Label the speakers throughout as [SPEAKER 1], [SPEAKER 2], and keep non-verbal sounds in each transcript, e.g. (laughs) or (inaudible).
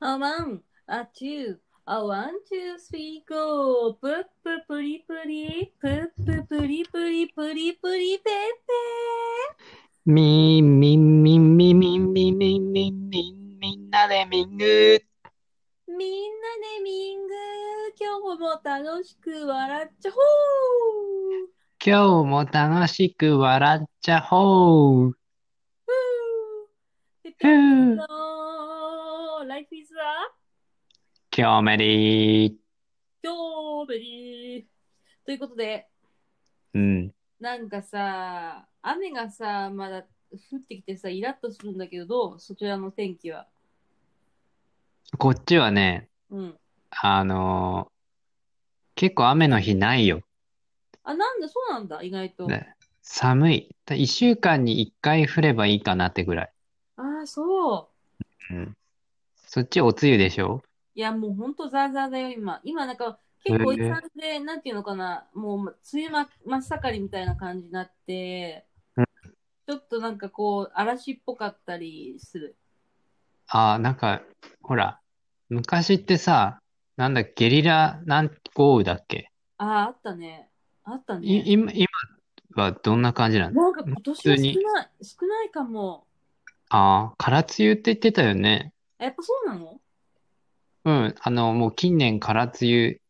[SPEAKER 1] A one, a two, a one, two, three, go. ぷっぷぷりぷり、ぷっぷぷりぷりぷりぷりぺ
[SPEAKER 2] みんみんみんみんみんみんみんみんみんみんなでミング
[SPEAKER 1] ぺ。みんなでミング、今日も楽しく笑っちゃほう。
[SPEAKER 2] 今日も楽しく笑っちゃほう
[SPEAKER 1] ふう。
[SPEAKER 2] ふう
[SPEAKER 1] Life is a
[SPEAKER 2] 今日メリー
[SPEAKER 1] o b e r ということで、
[SPEAKER 2] うん
[SPEAKER 1] なんかさ、雨がさ、まだ降ってきてさ、イラッとするんだけど、どうそちらの天気は。
[SPEAKER 2] こっちはね
[SPEAKER 1] うん。
[SPEAKER 2] あのー結構雨の日ないよ
[SPEAKER 1] あ、なんだ、そうなんだ、意外と。
[SPEAKER 2] ね寒いだ一週間に一回降ればいいかなってぐらい、
[SPEAKER 1] ああ、そう。
[SPEAKER 2] うん、そっちおつゆでしょ
[SPEAKER 1] いや、もうほんとザーザーだよ、今。今、なんか、結構いい感じで、なんていうのかな、もう、梅雨ま真っ盛りみたいな感じになって
[SPEAKER 2] うん、
[SPEAKER 1] ちょっとなんかこう、嵐っぽかったりする。
[SPEAKER 2] ああ、なんか、ほら、昔ってさ、なんだ、ゲリラ、なん、豪雨だっけ
[SPEAKER 1] ああ、あったね。あった
[SPEAKER 2] い、
[SPEAKER 1] ね。
[SPEAKER 2] 今、今はどんな感じなの
[SPEAKER 1] なんか今年は少ない、少ないかも。
[SPEAKER 2] ああ、空梅雨って言ってたよね。
[SPEAKER 1] やっぱそうなの
[SPEAKER 2] うん、あの、もう近年空梅雨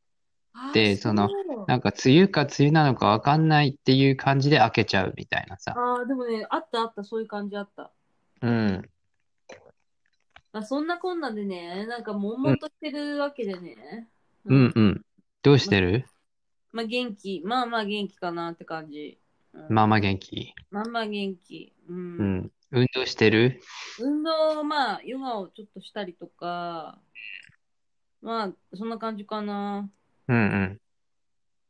[SPEAKER 1] ああ、
[SPEAKER 2] で、その、
[SPEAKER 1] う
[SPEAKER 2] なんか梅雨か梅雨なのかわかんないっていう感じで明けちゃうみたいなさ。
[SPEAKER 1] ああ、でもね、あったあった、そういう感じあった。
[SPEAKER 2] うん、
[SPEAKER 1] まあ、そんなこんなでね、なんか悶々としてるわけでね。う
[SPEAKER 2] う
[SPEAKER 1] ん
[SPEAKER 2] ん、うん。どうしてる
[SPEAKER 1] まあ元気、まあまあ元気かなって感じ。うん
[SPEAKER 2] まあまあ元気。
[SPEAKER 1] まあまあ元気。うん。
[SPEAKER 2] うん。運動してる
[SPEAKER 1] 運動、まあ、ヨガをちょっとしたりとか、まあ、そんな感じかな。
[SPEAKER 2] うん、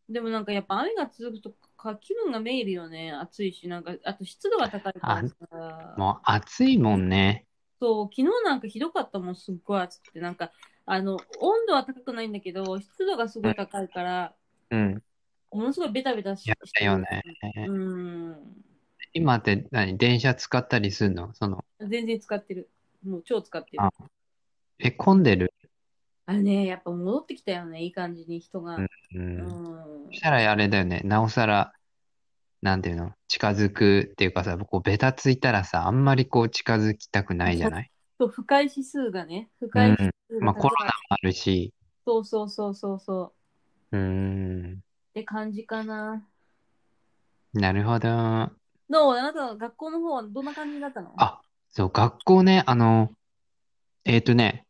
[SPEAKER 1] でもなんかやっぱ雨が続くとか気分がめいるよね。暑いし、なんか、あと湿度が高いから
[SPEAKER 2] う
[SPEAKER 1] さ
[SPEAKER 2] ん。。もう暑いもんね。
[SPEAKER 1] そう、昨日なんかひどかったもん、すっごい暑くて、なんか、あの、温度は高くないんだけど、湿度がすごい高いから、
[SPEAKER 2] うん。
[SPEAKER 1] ものすごいベタベタし
[SPEAKER 2] や
[SPEAKER 1] して
[SPEAKER 2] だよね。
[SPEAKER 1] る。うん。
[SPEAKER 2] 今って何電車使ったりするのその、
[SPEAKER 1] 全然使ってる。もう超使ってる。
[SPEAKER 2] あえ、混んでる
[SPEAKER 1] あれね、やっぱ戻ってきたよね、いい感じに人が。
[SPEAKER 2] う。
[SPEAKER 1] うんん
[SPEAKER 2] そし。たらあれだよね。なおさら、なんていうの近づくっていうかさ、こう、ベタついたらさ、あんまりこう、近づきたくないじゃない
[SPEAKER 1] そう、不快指数がね、不快指数
[SPEAKER 2] まあ、
[SPEAKER 1] が高
[SPEAKER 2] コロナも
[SPEAKER 1] い。
[SPEAKER 2] あるし、
[SPEAKER 1] そうそうそうそうそう
[SPEAKER 2] ーん。
[SPEAKER 1] う。って感じかな。
[SPEAKER 2] なるほど。あ、
[SPEAKER 1] どうあなたの学校の方はどんな感じだったの
[SPEAKER 2] そう、学校ね、あの、えっとね、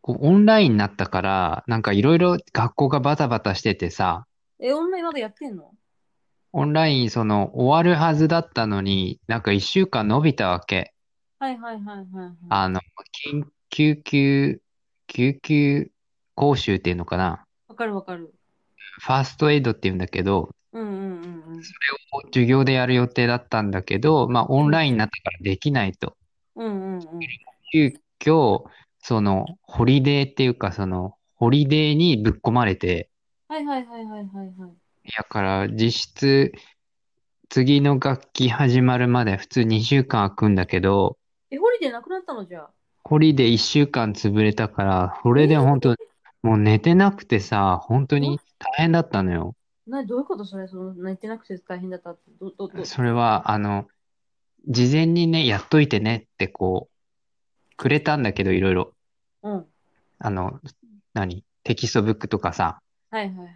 [SPEAKER 2] こう、オンラインになったから、なんかいろいろ学校がバタバタしててさ、
[SPEAKER 1] え、オンラインまだやってんの
[SPEAKER 2] オンライン、その、終わるはずだったのに、なんか一週間伸びたわけ。
[SPEAKER 1] はいはいはいはいはい。
[SPEAKER 2] あの、緊救急、救急講習っていうのかな。
[SPEAKER 1] わかるわかる。
[SPEAKER 2] ファーストエイドっていうんだけど、
[SPEAKER 1] うんうんうん
[SPEAKER 2] 授業でやる予定だったんだけど、まあオンラインになったからできないと。
[SPEAKER 1] うん。うんうんうん。
[SPEAKER 2] 急遽、その、ホリデーっていうか、その、ホリデーにぶっ込まれて、
[SPEAKER 1] はいはいはいはいはいはい。
[SPEAKER 2] いやから実質、次の学期始まるまで普通2週間空くんだけど、
[SPEAKER 1] え、ホリデーなくなったのじゃあ。
[SPEAKER 2] ホリデー1週間潰れたから、それで本当もう寝てなくてさ、本当に大変だったのよ。
[SPEAKER 1] な、どういうことそれ、その、泣いてなくて大変だったって。ど、ど、ど、
[SPEAKER 2] それは、あの、事前にね、やっといてねってこう、くれたんだけど、いろいろ。
[SPEAKER 1] うん。はい
[SPEAKER 2] あの、何テキストブックとかさ。
[SPEAKER 1] はいはい。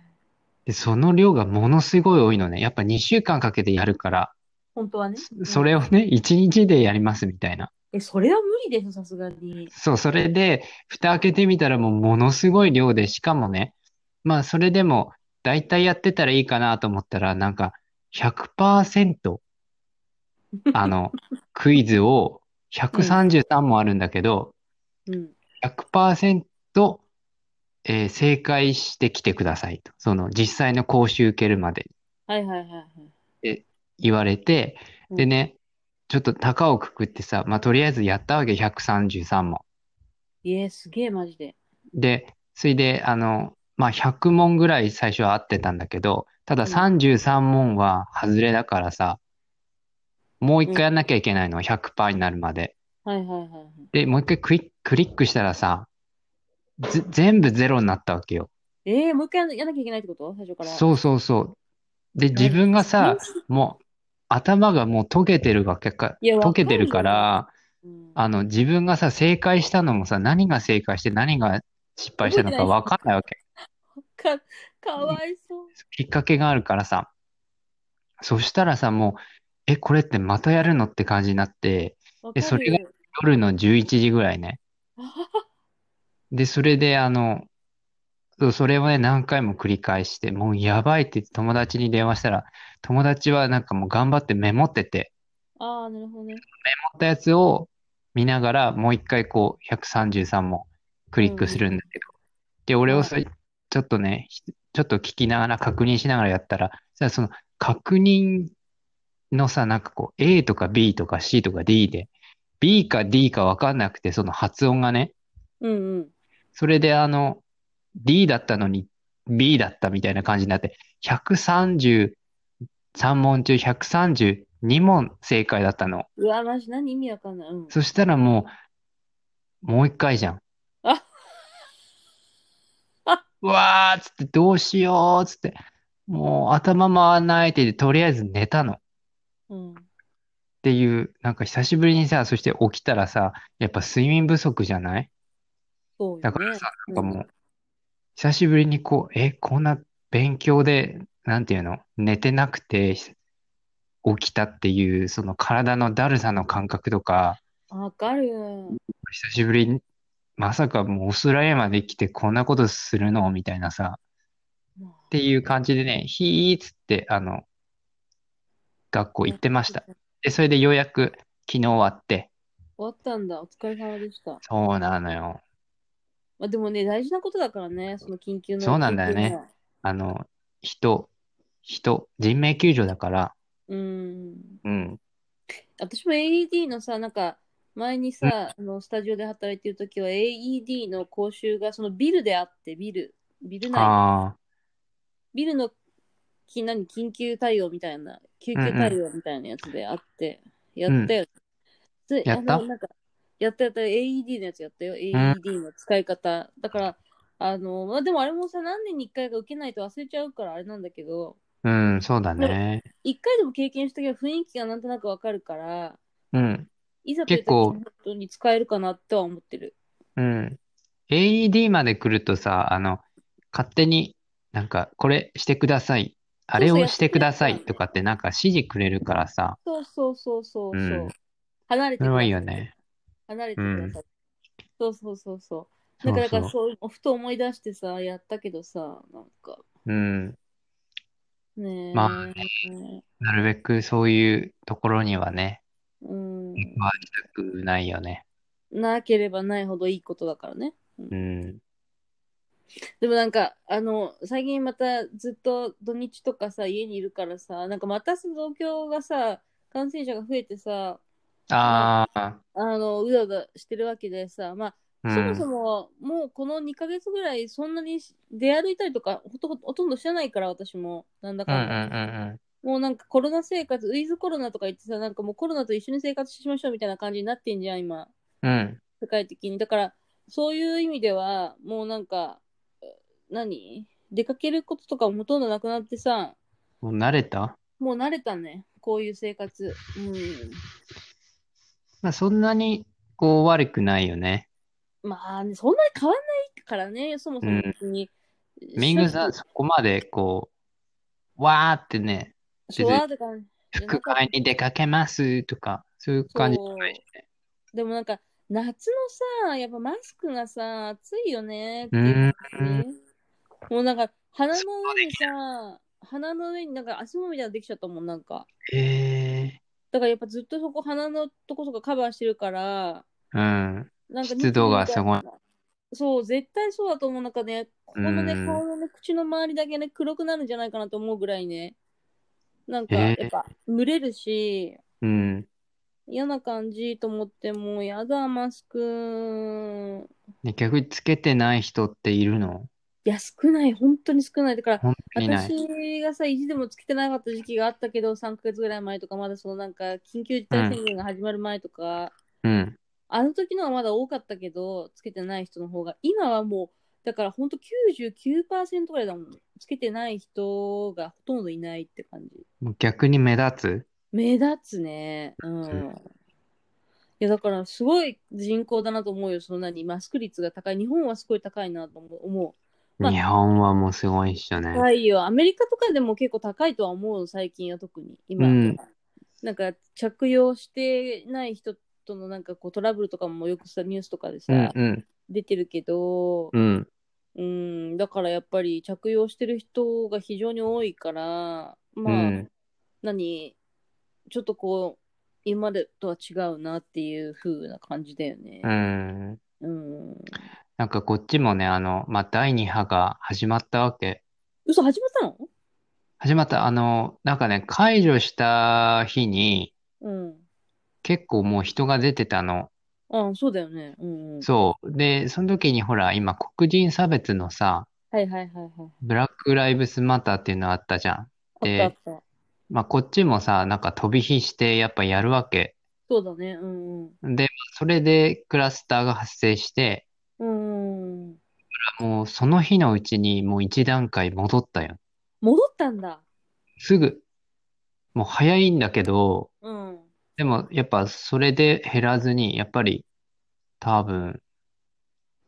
[SPEAKER 2] で、その量がものすごい多いのね。やっぱ2週間かけてやるから、
[SPEAKER 1] 本当はね。うん
[SPEAKER 2] それをね、1日でやりますみたいな。
[SPEAKER 1] え、それは無理でしょ、さすがに。
[SPEAKER 2] そう、それで、蓋開けてみたらもうものすごい量で、しかもね、まあ、それでも、だいたいやってたらいいかなと思ったら、なんか100%、
[SPEAKER 1] (laughs)
[SPEAKER 2] あの、クイズを、133もあるんだけど、
[SPEAKER 1] うん。
[SPEAKER 2] 100%、えー正解してきてくださいと。その実際の講習受けるまで
[SPEAKER 1] はいはいはいはい。
[SPEAKER 2] 言われて、
[SPEAKER 1] うん
[SPEAKER 2] でね、ちょっと高をくくってさ、まあ、とりあえずやったわけ、133も。
[SPEAKER 1] いえ、すげえ、マジで。
[SPEAKER 2] で、それで、あの、まあ、100問ぐらい最初は合ってたんだけど、ただ33問は外れだからさ、もう一回やんなきゃいけないの、100%になるまで。
[SPEAKER 1] はいはいはいはい。
[SPEAKER 2] で、もう一回クイクリックしたらさ、ぜ全部ゼロになったわけよ。
[SPEAKER 1] えー、もう一回やんなきゃいけないってこと最初から。う。
[SPEAKER 2] そうそうそう。で、自分がさ、もう頭がもう溶けてるわけか、
[SPEAKER 1] いや、
[SPEAKER 2] 溶けてるか
[SPEAKER 1] わ
[SPEAKER 2] ら、
[SPEAKER 1] かんない、うん
[SPEAKER 2] あの、自分がさ、正解したのもさ、何が正解して何が失敗したのか分かんないわけ。
[SPEAKER 1] か、かわいそう。
[SPEAKER 2] きっかけがあるからさ。そしたらさ、もう、え、これってまたやるのって感じになって、
[SPEAKER 1] わ
[SPEAKER 2] え
[SPEAKER 1] か
[SPEAKER 2] そ
[SPEAKER 1] る
[SPEAKER 2] れが
[SPEAKER 1] よ。
[SPEAKER 2] 夜の11時ぐらいね。
[SPEAKER 1] あ
[SPEAKER 2] で、それで、あの、そうそれをね、何回も繰り返して、もうやばいって言って友達に電話したら、友達はなんかもう頑張ってメモってて、
[SPEAKER 1] (laughs) あー、なるほどね。
[SPEAKER 2] メモったやつを見ながら、もう一回こう、133もクリックするんだけど。で、俺をそれちょっとね、ひちょっと聞きながら、確認しながらやったら、さ、その、確認のさ、なんかこう、A とか B とか C とか D で、B か D かわかんなくて、その発音がね、
[SPEAKER 1] うんうん。
[SPEAKER 2] それであの、D だったのに B だったみたいな感じになって、133問中132問正解だったの。
[SPEAKER 1] うわ、マジ何意味わかんない。うん。
[SPEAKER 2] そしたらもう、もう一回じゃん。
[SPEAKER 1] ああ
[SPEAKER 2] うわーっつって、どうしようっつって、もう頭回らないって言って、とりあえず寝たの。っ
[SPEAKER 1] うん。
[SPEAKER 2] ていう、なんか久しぶりにさ、そして起きたらさ、やっぱ睡眠不足じゃない
[SPEAKER 1] そうよ
[SPEAKER 2] だから
[SPEAKER 1] ね
[SPEAKER 2] さ、なんかもう、久しぶりにこう、え、こんな勉強で、なんていうの、寝てなくて、起きたっていう、その体のだるさの感覚とか、
[SPEAKER 1] うんわかるよ。
[SPEAKER 2] 久しぶりに、まさかもうオーストラリアまで来てこんなことするのみたいなさ、っていう感じでね、ひーっつって、あの、学校行ってました。
[SPEAKER 1] 終
[SPEAKER 2] で、それでようやく昨日終わって、
[SPEAKER 1] わったんだ。お疲れ様でした。
[SPEAKER 2] そうなのよ。
[SPEAKER 1] まあ、でもね、大事なことだからね、その緊急の。
[SPEAKER 2] そうなんだよねあの、人、人、人命救助だから、
[SPEAKER 1] 緊急の。うん。
[SPEAKER 2] うん、
[SPEAKER 1] 私も AED のさ、なんか、前にさ、あのスタジオで働いてるときは AED の講習がそのビルであって、ビル、ビル内、
[SPEAKER 2] あ
[SPEAKER 1] ビルのき何緊急対応みたいな、救急対応みたいなやつであって、やったよ。で
[SPEAKER 2] やった
[SPEAKER 1] あのなんかやったやった AED のやつやったよ、AED の使い方。だから、あの、まあ、でもあれもさ、何年に1回か受けないと忘れちゃうからあれなんだけど、
[SPEAKER 2] あ、うん、そうだね。
[SPEAKER 1] 1回でも経験したけど雰囲気がなんとなくわかるから、
[SPEAKER 2] うん。
[SPEAKER 1] いざという時
[SPEAKER 2] 結構
[SPEAKER 1] 本当に使えるかなとは思ってる。
[SPEAKER 2] うん。AED まで来るとさ、あの、勝手になんか、これしてください。あれをしてくださいとかってなんか指示くれるからさ、
[SPEAKER 1] そうそうそうそうそう。
[SPEAKER 2] うん
[SPEAKER 1] 離れて
[SPEAKER 2] そ
[SPEAKER 1] くださ
[SPEAKER 2] れはいい
[SPEAKER 1] い。
[SPEAKER 2] よね。
[SPEAKER 1] 離れてください。そうそうそうそう。だ
[SPEAKER 2] そう
[SPEAKER 1] からだから
[SPEAKER 2] そ
[SPEAKER 1] そうふと思い出してさ、やったけどさ、なんか
[SPEAKER 2] う。うん。
[SPEAKER 1] ねえ。
[SPEAKER 2] まあなるべくそういうところにはね、
[SPEAKER 1] うん、
[SPEAKER 2] まあ、したくないよね。
[SPEAKER 1] なければないほどいいことだからね。うん
[SPEAKER 2] うん。
[SPEAKER 1] でもなんか、あの、最近またずっと土日とかさ、家にいるからさ、なんかまたその東京がさ、感染者が増えてさ、
[SPEAKER 2] ああ、
[SPEAKER 1] あの、うだうだしてるわけでさ、まあ、
[SPEAKER 2] う
[SPEAKER 1] そもそ
[SPEAKER 2] ん。
[SPEAKER 1] も、もうこの2ヶ月ぐらい、そんなに出歩いたりとかほと、ほとんどしてないから、私も、なんだ
[SPEAKER 2] うんうんう
[SPEAKER 1] かんだ。
[SPEAKER 2] ん
[SPEAKER 1] もうなんかコロナ生活、ウィズコロナとか言ってさ、なんかもうコロナと一緒に生活しましょうみたいな感じになってんじゃん、今、
[SPEAKER 2] うん。うん。
[SPEAKER 1] 世界的に。だから、そういう意味では、もうなんか、何出かけることとかもほとんどなくなってさ、
[SPEAKER 2] もう慣れた
[SPEAKER 1] もう慣れたね、こういう生活。
[SPEAKER 2] まあ、そんなに、こう、悪くないよね。
[SPEAKER 1] うん。まあ、ね、そんなに変わんないからね、そもそも別に。
[SPEAKER 2] ミングさん、そこまで、こう、わーってね、
[SPEAKER 1] 昭和とかじゃな
[SPEAKER 2] 副
[SPEAKER 1] かった
[SPEAKER 2] 会に出かけますとか、そういう感じじゃないしね。
[SPEAKER 1] でもなんか夏のさ、やっぱマスクがさ、暑いよねって
[SPEAKER 2] う
[SPEAKER 1] いう
[SPEAKER 2] ー
[SPEAKER 1] 感
[SPEAKER 2] ん。
[SPEAKER 1] じもうなんか鼻の上にさ、鼻の上になんか足もみたいなのできちゃったもん、なんか。
[SPEAKER 2] え
[SPEAKER 1] だからやっぱずっとそこ鼻のとことかカバーしてるから、
[SPEAKER 2] ー、うん。
[SPEAKER 1] なんか
[SPEAKER 2] 湿度がすごい。
[SPEAKER 1] そう、絶対そうだと思う。なんかね、ここのね、
[SPEAKER 2] うん
[SPEAKER 1] 顔のね、口の周りだけね、黒くなるんじゃないかなと思うぐらいね。なんか、
[SPEAKER 2] え
[SPEAKER 1] や
[SPEAKER 2] ー
[SPEAKER 1] っぱ、蒸れるし、
[SPEAKER 2] うん。
[SPEAKER 1] 嫌な感じと思って、もうやだ、マスク。
[SPEAKER 2] ね逆につけてない人っているの
[SPEAKER 1] いや、少ない、本当に少ない。だから、
[SPEAKER 2] 本当にない。
[SPEAKER 1] 私がさ、意地でもつけてなかった時期があったけど、3ヶ月ぐらい前とか、まだそのなんか、緊急事態宣言が始まる前とか、
[SPEAKER 2] うん。
[SPEAKER 1] あの時のはまだ多かったけど、つけてない人の方が、今はもう、だからほんと99%ぐらいだもん。つけてない人がほとんどいないって感じ。
[SPEAKER 2] もう逆に目立つ
[SPEAKER 1] 目立つね。うん。
[SPEAKER 2] うん
[SPEAKER 1] いや、だからすごい人口だなと思うよ。その何、マスク率が高い。日本はすごい高いなと思う思まあ
[SPEAKER 2] 日本はもうすごいっしょ
[SPEAKER 1] う。
[SPEAKER 2] ね。
[SPEAKER 1] 高いよ。アメリカとかでも結構高いとは思う、最近は特に。今、
[SPEAKER 2] うん
[SPEAKER 1] なんか着用してない人とのなんかこうトラブルとかもよくさ、ニュースとかでさ、
[SPEAKER 2] うんうん
[SPEAKER 1] 出てるけど、
[SPEAKER 2] うん。
[SPEAKER 1] うん、だからやっぱり着用してる人が非常に多いから、
[SPEAKER 2] う
[SPEAKER 1] まあ、
[SPEAKER 2] ん。
[SPEAKER 1] 何ちょっとこう今までとは違うなっていう風な感じだよね
[SPEAKER 2] う。ん。
[SPEAKER 1] うん。
[SPEAKER 2] なんかこっちもね、あの、まあ、第2波が始まったわけ。
[SPEAKER 1] 嘘始まったの
[SPEAKER 2] 始まった、あの、なんかね、解除した日に
[SPEAKER 1] うん。
[SPEAKER 2] 結構もう人が出てたの。
[SPEAKER 1] あそうだよね。うんうん。
[SPEAKER 2] そう。で、その時にほら、今黒人差別のさ、
[SPEAKER 1] はいはいはいはい。
[SPEAKER 2] ブラックライブスマターっていうのあったじゃん。
[SPEAKER 1] あっ
[SPEAKER 2] で
[SPEAKER 1] たあった。
[SPEAKER 2] まあ、こっちもさ、なんか飛び火してやっぱやるわけ。
[SPEAKER 1] そうだね。うんうん。
[SPEAKER 2] で、それでクラスターが発生して、
[SPEAKER 1] うんうん。
[SPEAKER 2] もうその日のうちにもう一段階戻ったよ。
[SPEAKER 1] 戻ったんだ。
[SPEAKER 2] すぐ。もう早いんだけど、
[SPEAKER 1] うん。
[SPEAKER 2] でもやっぱそれで減らずに、やっぱり多分、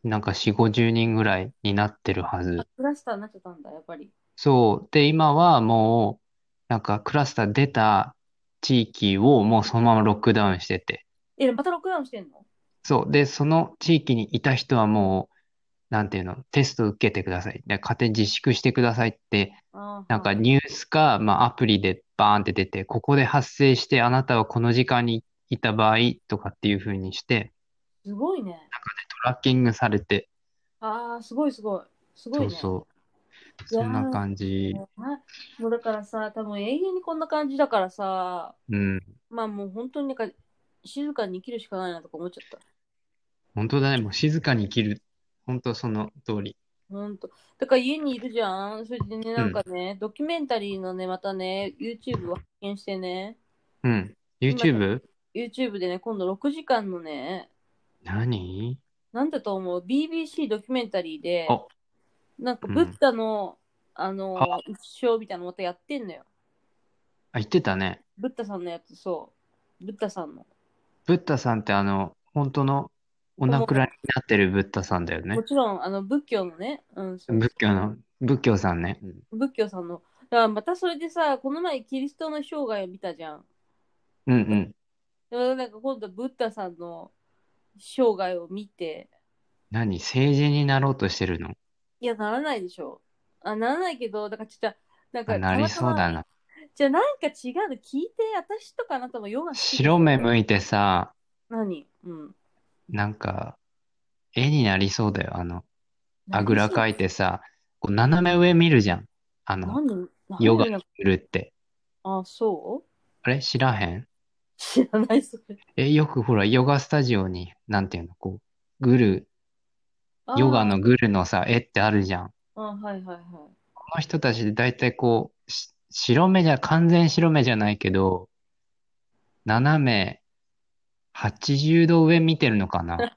[SPEAKER 2] なんか4、50人ぐらいになってるは
[SPEAKER 1] あ
[SPEAKER 2] ず。
[SPEAKER 1] クラスターになっちゃったんだ、やっぱり。
[SPEAKER 2] そう。で、今はもう、なんかクラスター出た地域をもうそのままロックダウンしてて。
[SPEAKER 1] え、またロックダウンしてんの
[SPEAKER 2] そう。で、その地域にいた人はもう、なんていうの、テスト受けてください。で、勝手に自粛してくださいって、
[SPEAKER 1] あー
[SPEAKER 2] なんか
[SPEAKER 1] はい
[SPEAKER 2] ニュースか、まあアプリでバーンって出て、ここで発生して、あなたはこの時間にいた場合とかっていう風にして、
[SPEAKER 1] すごいね。
[SPEAKER 2] トラッキングされて、
[SPEAKER 1] ああ、すごいすごい。すごい
[SPEAKER 2] そ
[SPEAKER 1] ね。
[SPEAKER 2] うそう。
[SPEAKER 1] いや
[SPEAKER 2] そ
[SPEAKER 1] ー
[SPEAKER 2] んな感じ。
[SPEAKER 1] なもうだからさ、多分永遠にこんな感じだからさ、
[SPEAKER 2] うん。
[SPEAKER 1] まあもう本当になんか静かに生きるしかないなとか思っちゃった。
[SPEAKER 2] 本当だね。もう静かに生きる。本当その通り。
[SPEAKER 1] ほんと。だから家にいるじゃん。それでね、なんかね、ドキュメンタリーのね、またね、YouTube を発見してね、
[SPEAKER 2] うん。YouTube?
[SPEAKER 1] YouTube でね、今度6時間のね、
[SPEAKER 2] 何
[SPEAKER 1] なんだと思う、BBC ドキュメンタリーで
[SPEAKER 2] あ、
[SPEAKER 1] なんか
[SPEAKER 2] うん
[SPEAKER 1] ブッダの、あの
[SPEAKER 2] あ、
[SPEAKER 1] 一生みたいなのまたやってんのよ。
[SPEAKER 2] あ、言ってたね。
[SPEAKER 1] ブッダさんのやつ、そう。ブッダさんの。
[SPEAKER 2] ブッダさんってあの、本当のお亡くなりになってるブッダさんだよね
[SPEAKER 1] も。ちろん、あの、仏教のね、うん、そう
[SPEAKER 2] 仏教の、仏教さんね。
[SPEAKER 1] 仏教さんの。だからまたそれでさ、この前キリストの生涯を見たじゃん。
[SPEAKER 2] うんうん。
[SPEAKER 1] でもなんか今度ブッダさんの生涯を見て、
[SPEAKER 2] 何成人になろうとしてるの
[SPEAKER 1] いや、ならないでしょ。あ、ならないけど、だからちょっと、なん
[SPEAKER 2] あ
[SPEAKER 1] か
[SPEAKER 2] なりそうだな。
[SPEAKER 1] じゃあなんか違うの聞いて、私とかあなたもヨガ好き
[SPEAKER 2] 白目向いてさ、
[SPEAKER 1] 何うん。
[SPEAKER 2] なんか、絵になりそうだよ。あの、あぐらかいてさ、こう斜め上見るじゃん。あの、
[SPEAKER 1] 何何何
[SPEAKER 2] ヨガ
[SPEAKER 1] 何
[SPEAKER 2] するって。
[SPEAKER 1] あ、そう (laughs)
[SPEAKER 2] あれ知らへん
[SPEAKER 1] 知らないそれ。
[SPEAKER 2] え、よくほら、ヨガスタジオに、なんていうの、こう、グル、
[SPEAKER 1] あー
[SPEAKER 2] ヨガの。グルのさ、絵ってあるじゃん。
[SPEAKER 1] あ、はいはいはい。 (laughs)
[SPEAKER 2] この人たちで大体こう、し白目じゃ、完全白目じゃないけど、斜め80度上見てるのかな。
[SPEAKER 1] 何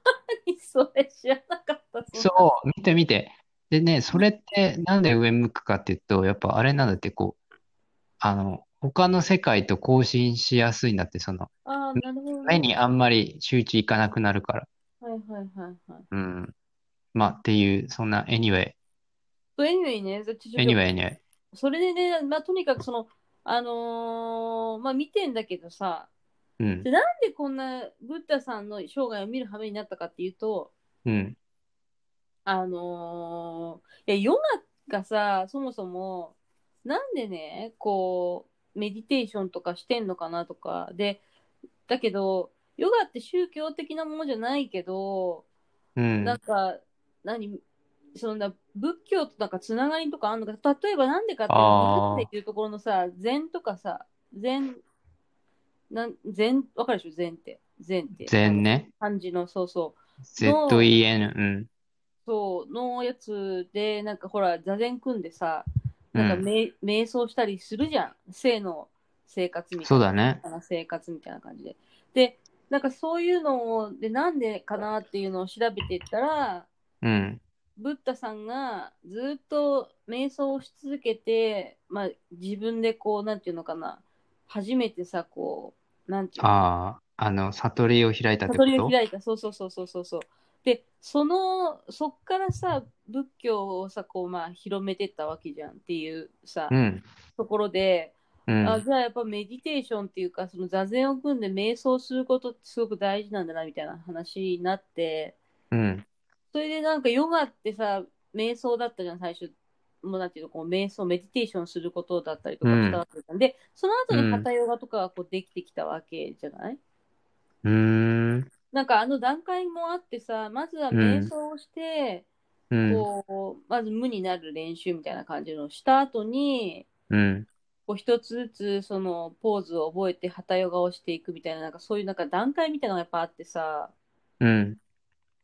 [SPEAKER 1] それ知らなかった。そんな
[SPEAKER 2] そう、見て見て。でね、それってなんで上向くかっていうと、やっぱあれなんだって、こう、あの、他の世界と交信しやすいんだって、その、
[SPEAKER 1] あー、なるほど、ね。
[SPEAKER 2] 目にあんまり集中いかなくなるから。
[SPEAKER 1] はいはいはいはい。
[SPEAKER 2] うん。まあ、っていう、そんな、anyway、
[SPEAKER 1] と、anyway ね、ちょちょ
[SPEAKER 2] anyway, anyway。
[SPEAKER 1] それでね、まあ、とにかくその、あのーまあ、見てんだけどさ、
[SPEAKER 2] うん
[SPEAKER 1] で、なんでこんなブッダさんの生涯を見る羽目になったかっていうと、
[SPEAKER 2] うん、
[SPEAKER 1] あのーいや、ヨガがさ、そもそも、なんでね、こう、メディテーションとかしてんのかなとか、で、だけど、ヨガって宗教的なものじゃないけど、
[SPEAKER 2] う
[SPEAKER 1] なん
[SPEAKER 2] ん、
[SPEAKER 1] か、何、そんな仏教となんかつながりとかあんのか、例えばなんでかっていう
[SPEAKER 2] あー
[SPEAKER 1] と、仏教っていうところのさ、禅とかさ、禅、なん禅、わかるでしょ、禅って。禅って。
[SPEAKER 2] 全。ね。
[SPEAKER 1] 漢字の、そうそう。の
[SPEAKER 2] zen, うん、
[SPEAKER 1] そう、のやつで、なんかほら、座禅組んでさ、
[SPEAKER 2] う
[SPEAKER 1] なんか
[SPEAKER 2] ん。
[SPEAKER 1] め、瞑想したりするじゃん。生の生活みたいな。
[SPEAKER 2] そうだね。
[SPEAKER 1] 生活みたいな感じで。で、なんかそういうのをでなんでかなっていうのを調べていったら
[SPEAKER 2] うん。
[SPEAKER 1] ブッダさんがずっと瞑想をし続けて、まあ、自分でこうなんていうのかな初めてさこうなんていうの
[SPEAKER 2] ああ、あの、悟りを開いたってこ
[SPEAKER 1] 悟りを
[SPEAKER 2] と
[SPEAKER 1] 開いたそうそうそうそうそうそうでそのそっからさ仏教をさこうまあ広めてったわけじゃんっていうさ、
[SPEAKER 2] うん。
[SPEAKER 1] ところで
[SPEAKER 2] う
[SPEAKER 1] あ
[SPEAKER 2] ん。
[SPEAKER 1] じゃあやっぱメディテーションっていうかその座禅を組んで瞑想することってすごく大事なんだなみたいな話になって
[SPEAKER 2] うん。
[SPEAKER 1] それでなんかヨガってさ瞑想だったじゃん最初もうなんていうのこう瞑想メディテーションすることだったりとかしたわけじゃん、でその後に
[SPEAKER 2] うん
[SPEAKER 1] 肩ヨガとかがこうできてきたわけじゃない、
[SPEAKER 2] うーん。
[SPEAKER 1] なんかあの段階もあってさまずは瞑想をして、
[SPEAKER 2] うん。
[SPEAKER 1] こうまず無になる練習みたいな感じのをした後に
[SPEAKER 2] うん。
[SPEAKER 1] こう一つずつそのポーズを覚えて旗ヨガをしていくみたいななんかそういうなんか段階みたいなのがやっぱあってさ
[SPEAKER 2] うん。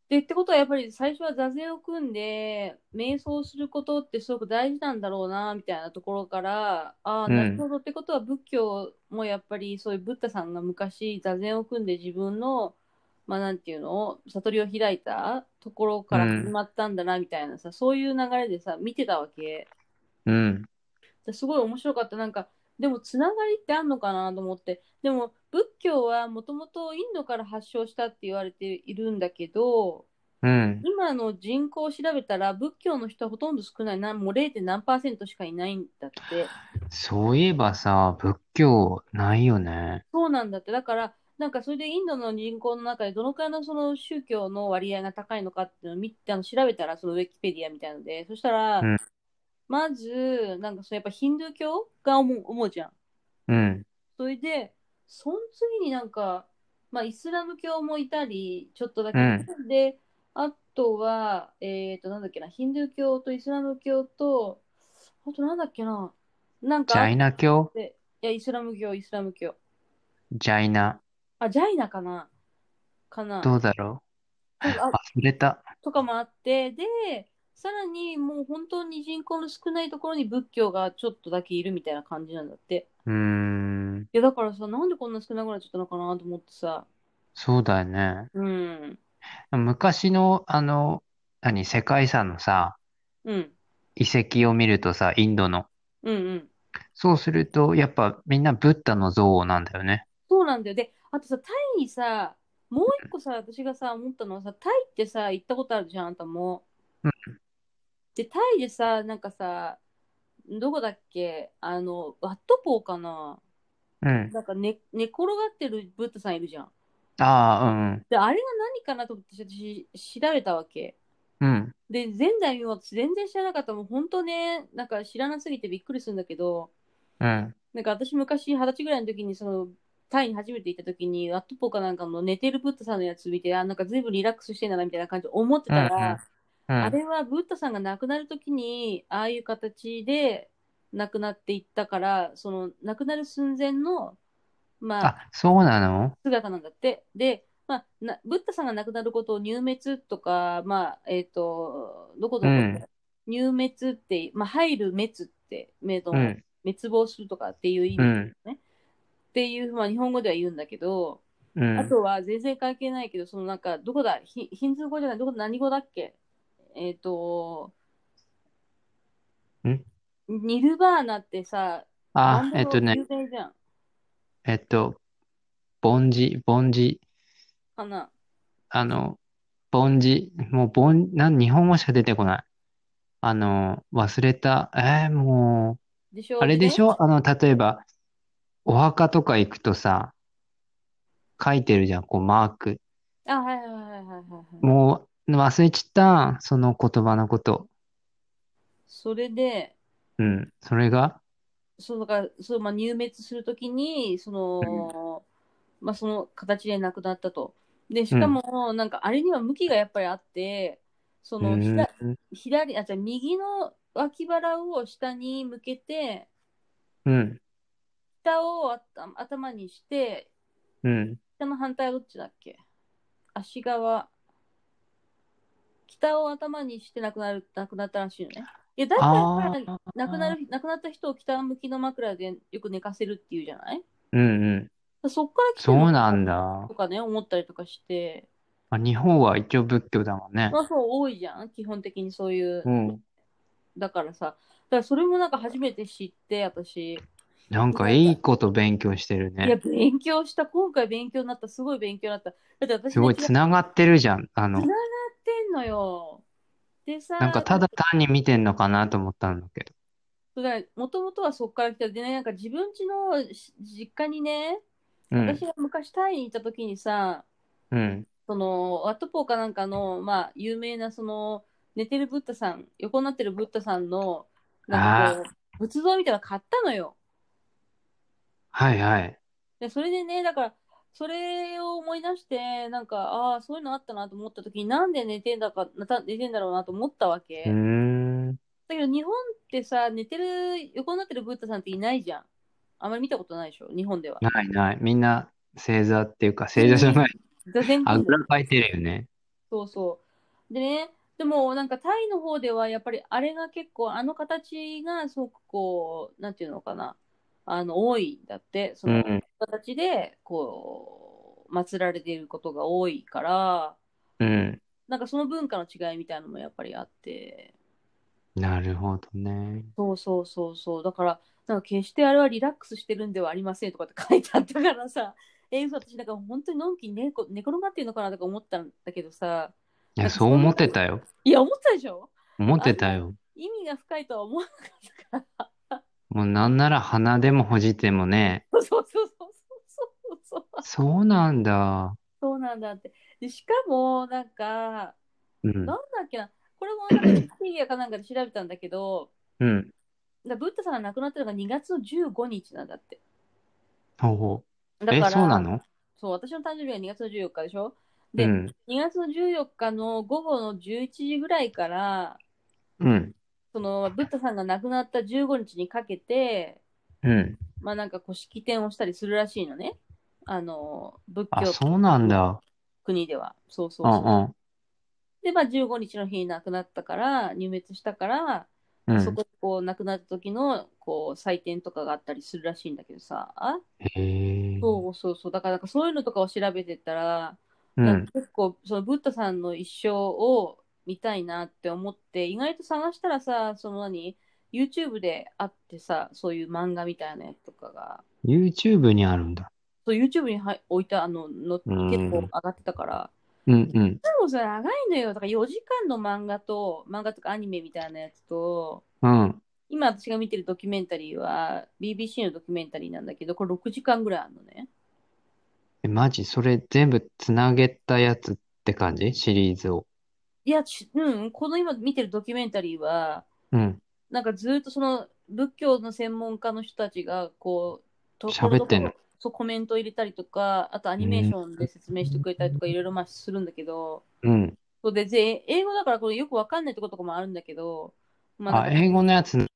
[SPEAKER 1] でってことはやっぱり最初は座禅を組んで瞑想することってすごく大事なんだろうなみたいなところからああ
[SPEAKER 2] うん
[SPEAKER 1] なるほどってことは仏教もやっぱりそういうブッダさんが昔座禅を組んで自分のまあなんていうの悟りを開いたところから始まったんだなみたいなさ、そういう流れでさ見てたわけ。
[SPEAKER 2] うん。
[SPEAKER 1] すごい面白かった。なんか、でもつながりってあんのかなと思って。でも、仏教はもともとインドから発祥したって言われているんだけど、
[SPEAKER 2] うん。
[SPEAKER 1] 今の人口を調べたら、仏教の人はほとんど少ないな、もう 0. 何パーセントしかいないんだ
[SPEAKER 2] (sighs)
[SPEAKER 1] って。
[SPEAKER 2] そういえばさ、仏教ないよね。
[SPEAKER 1] そうなんだって。だから、なんかそれでインドの人口の中でどのくらいのその宗教の割合が高いのかっていうのを見あの調べたら、そのウィキペディアみたいので、そしたら、
[SPEAKER 2] うん
[SPEAKER 1] まず、なんかそのやっぱヒンドゥー教が思う思うじゃん。
[SPEAKER 2] うん。
[SPEAKER 1] それで、その次になんか、まあ、イスラム教もいたり、ちょっとだけ、
[SPEAKER 2] う
[SPEAKER 1] で、あとは、えっ、と、なんだっけな、ヒンドゥー教とイスラム教と、あとなんだっけな、なん
[SPEAKER 2] ジ
[SPEAKER 1] かあ
[SPEAKER 2] ャイ
[SPEAKER 1] っ
[SPEAKER 2] ナ教
[SPEAKER 1] て、いや、イスラム教、イスラム教。
[SPEAKER 2] ジャイナ。
[SPEAKER 1] あ、ジャイナかなかな
[SPEAKER 2] どうだろ
[SPEAKER 1] なんか
[SPEAKER 2] う
[SPEAKER 1] あ
[SPEAKER 2] 忘れた。
[SPEAKER 1] とかもあって、で、さらにもう本当に人口の少ないところに仏教がちょっとだけいるみたいな感じなんだって。
[SPEAKER 2] うーん。
[SPEAKER 1] いや、だからさ、なんでこんな少なくなっちゃったのかなと思ってさ、
[SPEAKER 2] そうだよね。
[SPEAKER 1] うん、
[SPEAKER 2] 昔の、あの、何、世界遺産のさ、
[SPEAKER 1] うん、
[SPEAKER 2] 遺跡を見るとさ、インドの。
[SPEAKER 1] うん、うん。
[SPEAKER 2] そうすると、やっぱみんなブッダの像なんだよね。
[SPEAKER 1] そうなんだよ。で、あとさ、タイにさ、もう一個さ、私がさ、思ったのはさ、タイってさ、行ったことあるじゃん、あんたも。
[SPEAKER 2] うん
[SPEAKER 1] で、タイでさ、なんかさ、どこだっけ、あの、ワットポーかな。
[SPEAKER 2] うん。
[SPEAKER 1] なんか寝、寝転がってるブッダさんいるじゃん。
[SPEAKER 2] ああ、うん
[SPEAKER 1] で、あれが何かなと思って私、調べたわけ。
[SPEAKER 2] うん。うん。
[SPEAKER 1] で、前代未聞、私全然知らなかった。もう本当ね、なんか知らなすぎてびっくりするんだけど、
[SPEAKER 2] うん。
[SPEAKER 1] なんか私昔二十歳ぐらいの時にそのタイに初めて行った時にワットポーかなんかの寝てるブッダさんのやつ見てあなんか随分リラックスしてんだなみたいな感じで思ってた
[SPEAKER 2] うんう
[SPEAKER 1] ら
[SPEAKER 2] ん、うん。
[SPEAKER 1] あれはブッダさんが亡くなる時にああいう形で亡くなっていったからその亡くなる寸前のまあ
[SPEAKER 2] あ、そうなの
[SPEAKER 1] 姿なんだって。で、まあ、なブッダさんが亡くなることを入滅とか、まあ、えっ、と、どこどこ、
[SPEAKER 2] うん
[SPEAKER 1] 入滅って、まあ、入る滅って、滅
[SPEAKER 2] う
[SPEAKER 1] 亡
[SPEAKER 2] ん。
[SPEAKER 1] 滅亡するとかっていう意味、
[SPEAKER 2] うん。
[SPEAKER 1] っていう、まあ、日本語では言うんだけど、
[SPEAKER 2] うん。
[SPEAKER 1] あとは全然関係ないけど、そのなんか、どこだ、ヒヒンズー語じゃない、どこ何語だっけえっ、と、
[SPEAKER 2] ん
[SPEAKER 1] ニルバーナってさ、バン
[SPEAKER 2] あ、
[SPEAKER 1] ド
[SPEAKER 2] えっと
[SPEAKER 1] の
[SPEAKER 2] ね
[SPEAKER 1] 有、名じゃん、
[SPEAKER 2] えっと、梵字、梵字、
[SPEAKER 1] かな。
[SPEAKER 2] あの、梵字、もう梵、なん、日本語しか出てこない。あの、忘れた。えー、も
[SPEAKER 1] でしょ
[SPEAKER 2] う、あれでし
[SPEAKER 1] ね
[SPEAKER 2] ょあの、例えば、お墓とか行くとさ、書いてるじゃん、こう、マーク。
[SPEAKER 1] あ、はいはいはいはいはいはい。
[SPEAKER 2] もう、忘れちった、その言葉のこと。
[SPEAKER 1] それで、
[SPEAKER 2] うん。それが
[SPEAKER 1] そのだからそうまあ、入滅するときにその、まあ、その形で亡くなったと。でしかも、なんかあれには向きがやっぱりあってその
[SPEAKER 2] うん。
[SPEAKER 1] 左左あじゃあ右の脇腹を下に向けて
[SPEAKER 2] うん。
[SPEAKER 1] 下をあ頭にして
[SPEAKER 2] うん。
[SPEAKER 1] 下の反対はどっちだっけ足側北を頭にして亡くなる亡くなったらしいよね。いやだから
[SPEAKER 2] ああ。
[SPEAKER 1] 亡くなる亡くなった人を北向きの枕でよく寝かせるっていうじゃない
[SPEAKER 2] うんうん。
[SPEAKER 1] そっから来て
[SPEAKER 2] そ
[SPEAKER 1] る
[SPEAKER 2] う
[SPEAKER 1] の
[SPEAKER 2] なんだ
[SPEAKER 1] と。かね、思ったりとかして、
[SPEAKER 2] あ日本は一応仏教だもんね。
[SPEAKER 1] まあそう多いじゃん、基本的にそういう
[SPEAKER 2] う。ん。
[SPEAKER 1] だからさ、だからそれもなんか初めて知って、私。
[SPEAKER 2] なんかいいこと勉強してる
[SPEAKER 1] いや、
[SPEAKER 2] ね。
[SPEAKER 1] 勉強した、今回勉強になった、すごい勉強になった。だって私
[SPEAKER 2] すごい
[SPEAKER 1] ね
[SPEAKER 2] 繋がってるじゃん。あの
[SPEAKER 1] つ、ながってんのよ。でさ、
[SPEAKER 2] なんかただ単に見てんのかなと思ったんだけど。
[SPEAKER 1] もともとはそこから来た。でね、なんか自分家のし実家にね、
[SPEAKER 2] うん
[SPEAKER 1] 私。が昔タイに行った時にさ、
[SPEAKER 2] うん。
[SPEAKER 1] そのワットポーかなんかの、まあ、有名なその寝てるブッダさん、横になってるブッダさんの、なんかこう、仏像みたいなの買ったのよ。
[SPEAKER 2] はいはい。
[SPEAKER 1] で、それでね、だから、それを思い出して、なんか、ああ、そういうのあったなと思った時に、なんで寝てんだか、なた寝てんだろうなと思ったわけ。
[SPEAKER 2] うーん。
[SPEAKER 1] だけど日本ってさ、寝てる、横になってるブッダさんっていないじゃん。あんまり見たことないでしょ、日本では。
[SPEAKER 2] ないない。みんな正座っていうか、正座じゃない。
[SPEAKER 1] 座禅
[SPEAKER 2] あ
[SPEAKER 1] 組ん
[SPEAKER 2] ぐ
[SPEAKER 1] で
[SPEAKER 2] らかいてるよね。
[SPEAKER 1] そうそう。でね、でもなんかタイの方ではやっぱりあれが結構、あの形がすごくこう、なんていうのかな、あの、多いんだって、そうの
[SPEAKER 2] ん。
[SPEAKER 1] 形で、こう、祀られていることが多いから、
[SPEAKER 2] うん。
[SPEAKER 1] なんかその文化の違いみたいなのもやっぱりあって、
[SPEAKER 2] なるほどね。
[SPEAKER 1] そうそうそうそう。だから、なんか決してあれはリラックスしてるんではありませんとかって書いてあったからさ、え、嘘私なんか本当にのんきに寝転寝転がってるのかなとか思ったんだけどさ、
[SPEAKER 2] い
[SPEAKER 1] なん
[SPEAKER 2] や、
[SPEAKER 1] か
[SPEAKER 2] そう思ってたよ。
[SPEAKER 1] いや、思ったでしょ
[SPEAKER 2] 思ってたよ。
[SPEAKER 1] 意味が深いとは思わなかったから。
[SPEAKER 2] もうなんなら鼻でもほじってもね。
[SPEAKER 1] (laughs) そうそうそうそうそうそう。
[SPEAKER 2] そうなんだ。
[SPEAKER 1] そうなんだって。でしかも、なんか、
[SPEAKER 2] うん。
[SPEAKER 1] なんだっけな、これもなんか、ティギアかなんかで調べたんだけど、
[SPEAKER 2] うん。
[SPEAKER 1] だブッダさんが亡くなったのが2月の15日なんだって。
[SPEAKER 2] ほうほ
[SPEAKER 1] だ
[SPEAKER 2] う。
[SPEAKER 1] か
[SPEAKER 2] え、
[SPEAKER 1] ら、
[SPEAKER 2] そうなの
[SPEAKER 1] そう私の誕生日が2月の14日でしょ
[SPEAKER 2] う
[SPEAKER 1] で、
[SPEAKER 2] ん。
[SPEAKER 1] 2月の14日の午後の11時ぐらいから、
[SPEAKER 2] うん。
[SPEAKER 1] そのブッダさんが亡くなった15日にかけて、
[SPEAKER 2] うん。
[SPEAKER 1] まあなんかこう式典をしたりするらしいのね。あの、仏
[SPEAKER 2] あ、
[SPEAKER 1] 教
[SPEAKER 2] そうなんだ。
[SPEAKER 1] 国では。そうそう
[SPEAKER 2] う
[SPEAKER 1] そう。
[SPEAKER 2] ん
[SPEAKER 1] で、まあ15日の日に亡くなったから、入滅したから、
[SPEAKER 2] うん。う
[SPEAKER 1] そ
[SPEAKER 2] ん。
[SPEAKER 1] こでこう亡くなった時のこう祭典とかがあったりするらしいんだけどさ。あ
[SPEAKER 2] へえ。
[SPEAKER 1] そうそうそう。だからなんかそういうのとかを調べてたら、
[SPEAKER 2] う
[SPEAKER 1] なん
[SPEAKER 2] ん。
[SPEAKER 1] か結構そのブッダさんの一生を見たいなって思って意外と探したらさその何 YouTube であってさそういう漫画みたいなやつとかが
[SPEAKER 2] YouTube にあるんだ。
[SPEAKER 1] そう YouTube には置いたあのの
[SPEAKER 2] うん
[SPEAKER 1] 結構上がってたから、
[SPEAKER 2] うんうん。
[SPEAKER 1] でもさ長いのよだから4時間の漫画と漫画とかアニメみたいなやつと
[SPEAKER 2] うん。
[SPEAKER 1] 今私が見てるドキュメンタリーは BBC のドキュメンタリーなんだけどこれ6時間ぐらいあるのね
[SPEAKER 2] え、マジそれ全部つなげたやつって感じシリーズを。
[SPEAKER 1] いやちうんこの今見てるドキュメンタリーは
[SPEAKER 2] うん。
[SPEAKER 1] なんかずっとその仏教の専門家の人たちがこうと
[SPEAKER 2] 喋ってんの
[SPEAKER 1] ところどころそうコメントを入れたりとかあとアニメーションで説明してくれたりとかいろいろまあするんだけど
[SPEAKER 2] うん。
[SPEAKER 1] そうでぜ英語だからこれよくわかんないところとかもあるんだけど、まあ
[SPEAKER 2] あ、英語のやつ。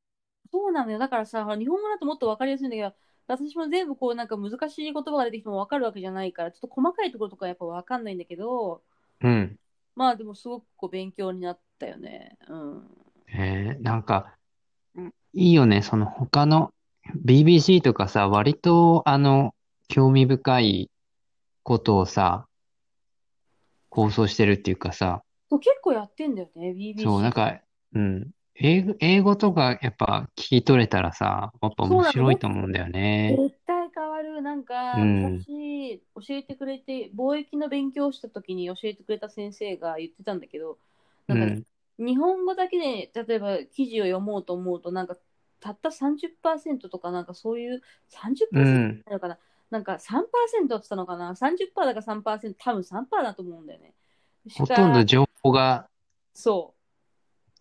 [SPEAKER 1] そうなのよだからさほら日本語だともっとわかりやすいんだけど私も全部こうなんか難しい言葉が出てきてもわかるわけじゃないからちょっと細かいところとかやっぱわかんないんだけど
[SPEAKER 2] うん。
[SPEAKER 1] まあでもすごくこう勉強になったよねうん
[SPEAKER 2] へえ、なんか
[SPEAKER 1] うん、
[SPEAKER 2] いいよね。その他の BBC とかさ、割と、あの、興味深いことをさ、構想してるっていうかさ、
[SPEAKER 1] そう結構やってんだよね BBC
[SPEAKER 2] そう、なんか、うん。英語、英語とかやっぱ聞き取れたらさ、やっぱ面白いと思うんだよね。
[SPEAKER 1] 絶対変わる。なんか、
[SPEAKER 2] うん
[SPEAKER 1] 昔、教えてくれて、貿易の勉強をした時に教えてくれた先生が言ってたんだけど、なんかね、日本語だけで、例えば記事を読もうと思うと、なんか、たった30%とか、なんかそういう、
[SPEAKER 2] う
[SPEAKER 1] 30%
[SPEAKER 2] ん。
[SPEAKER 1] なのかな、なんか3%って言ってたのかな ?30% だか3%、多分3%だと思うんだよね。し
[SPEAKER 2] ほとんど
[SPEAKER 1] か、
[SPEAKER 2] 情報が
[SPEAKER 1] そう。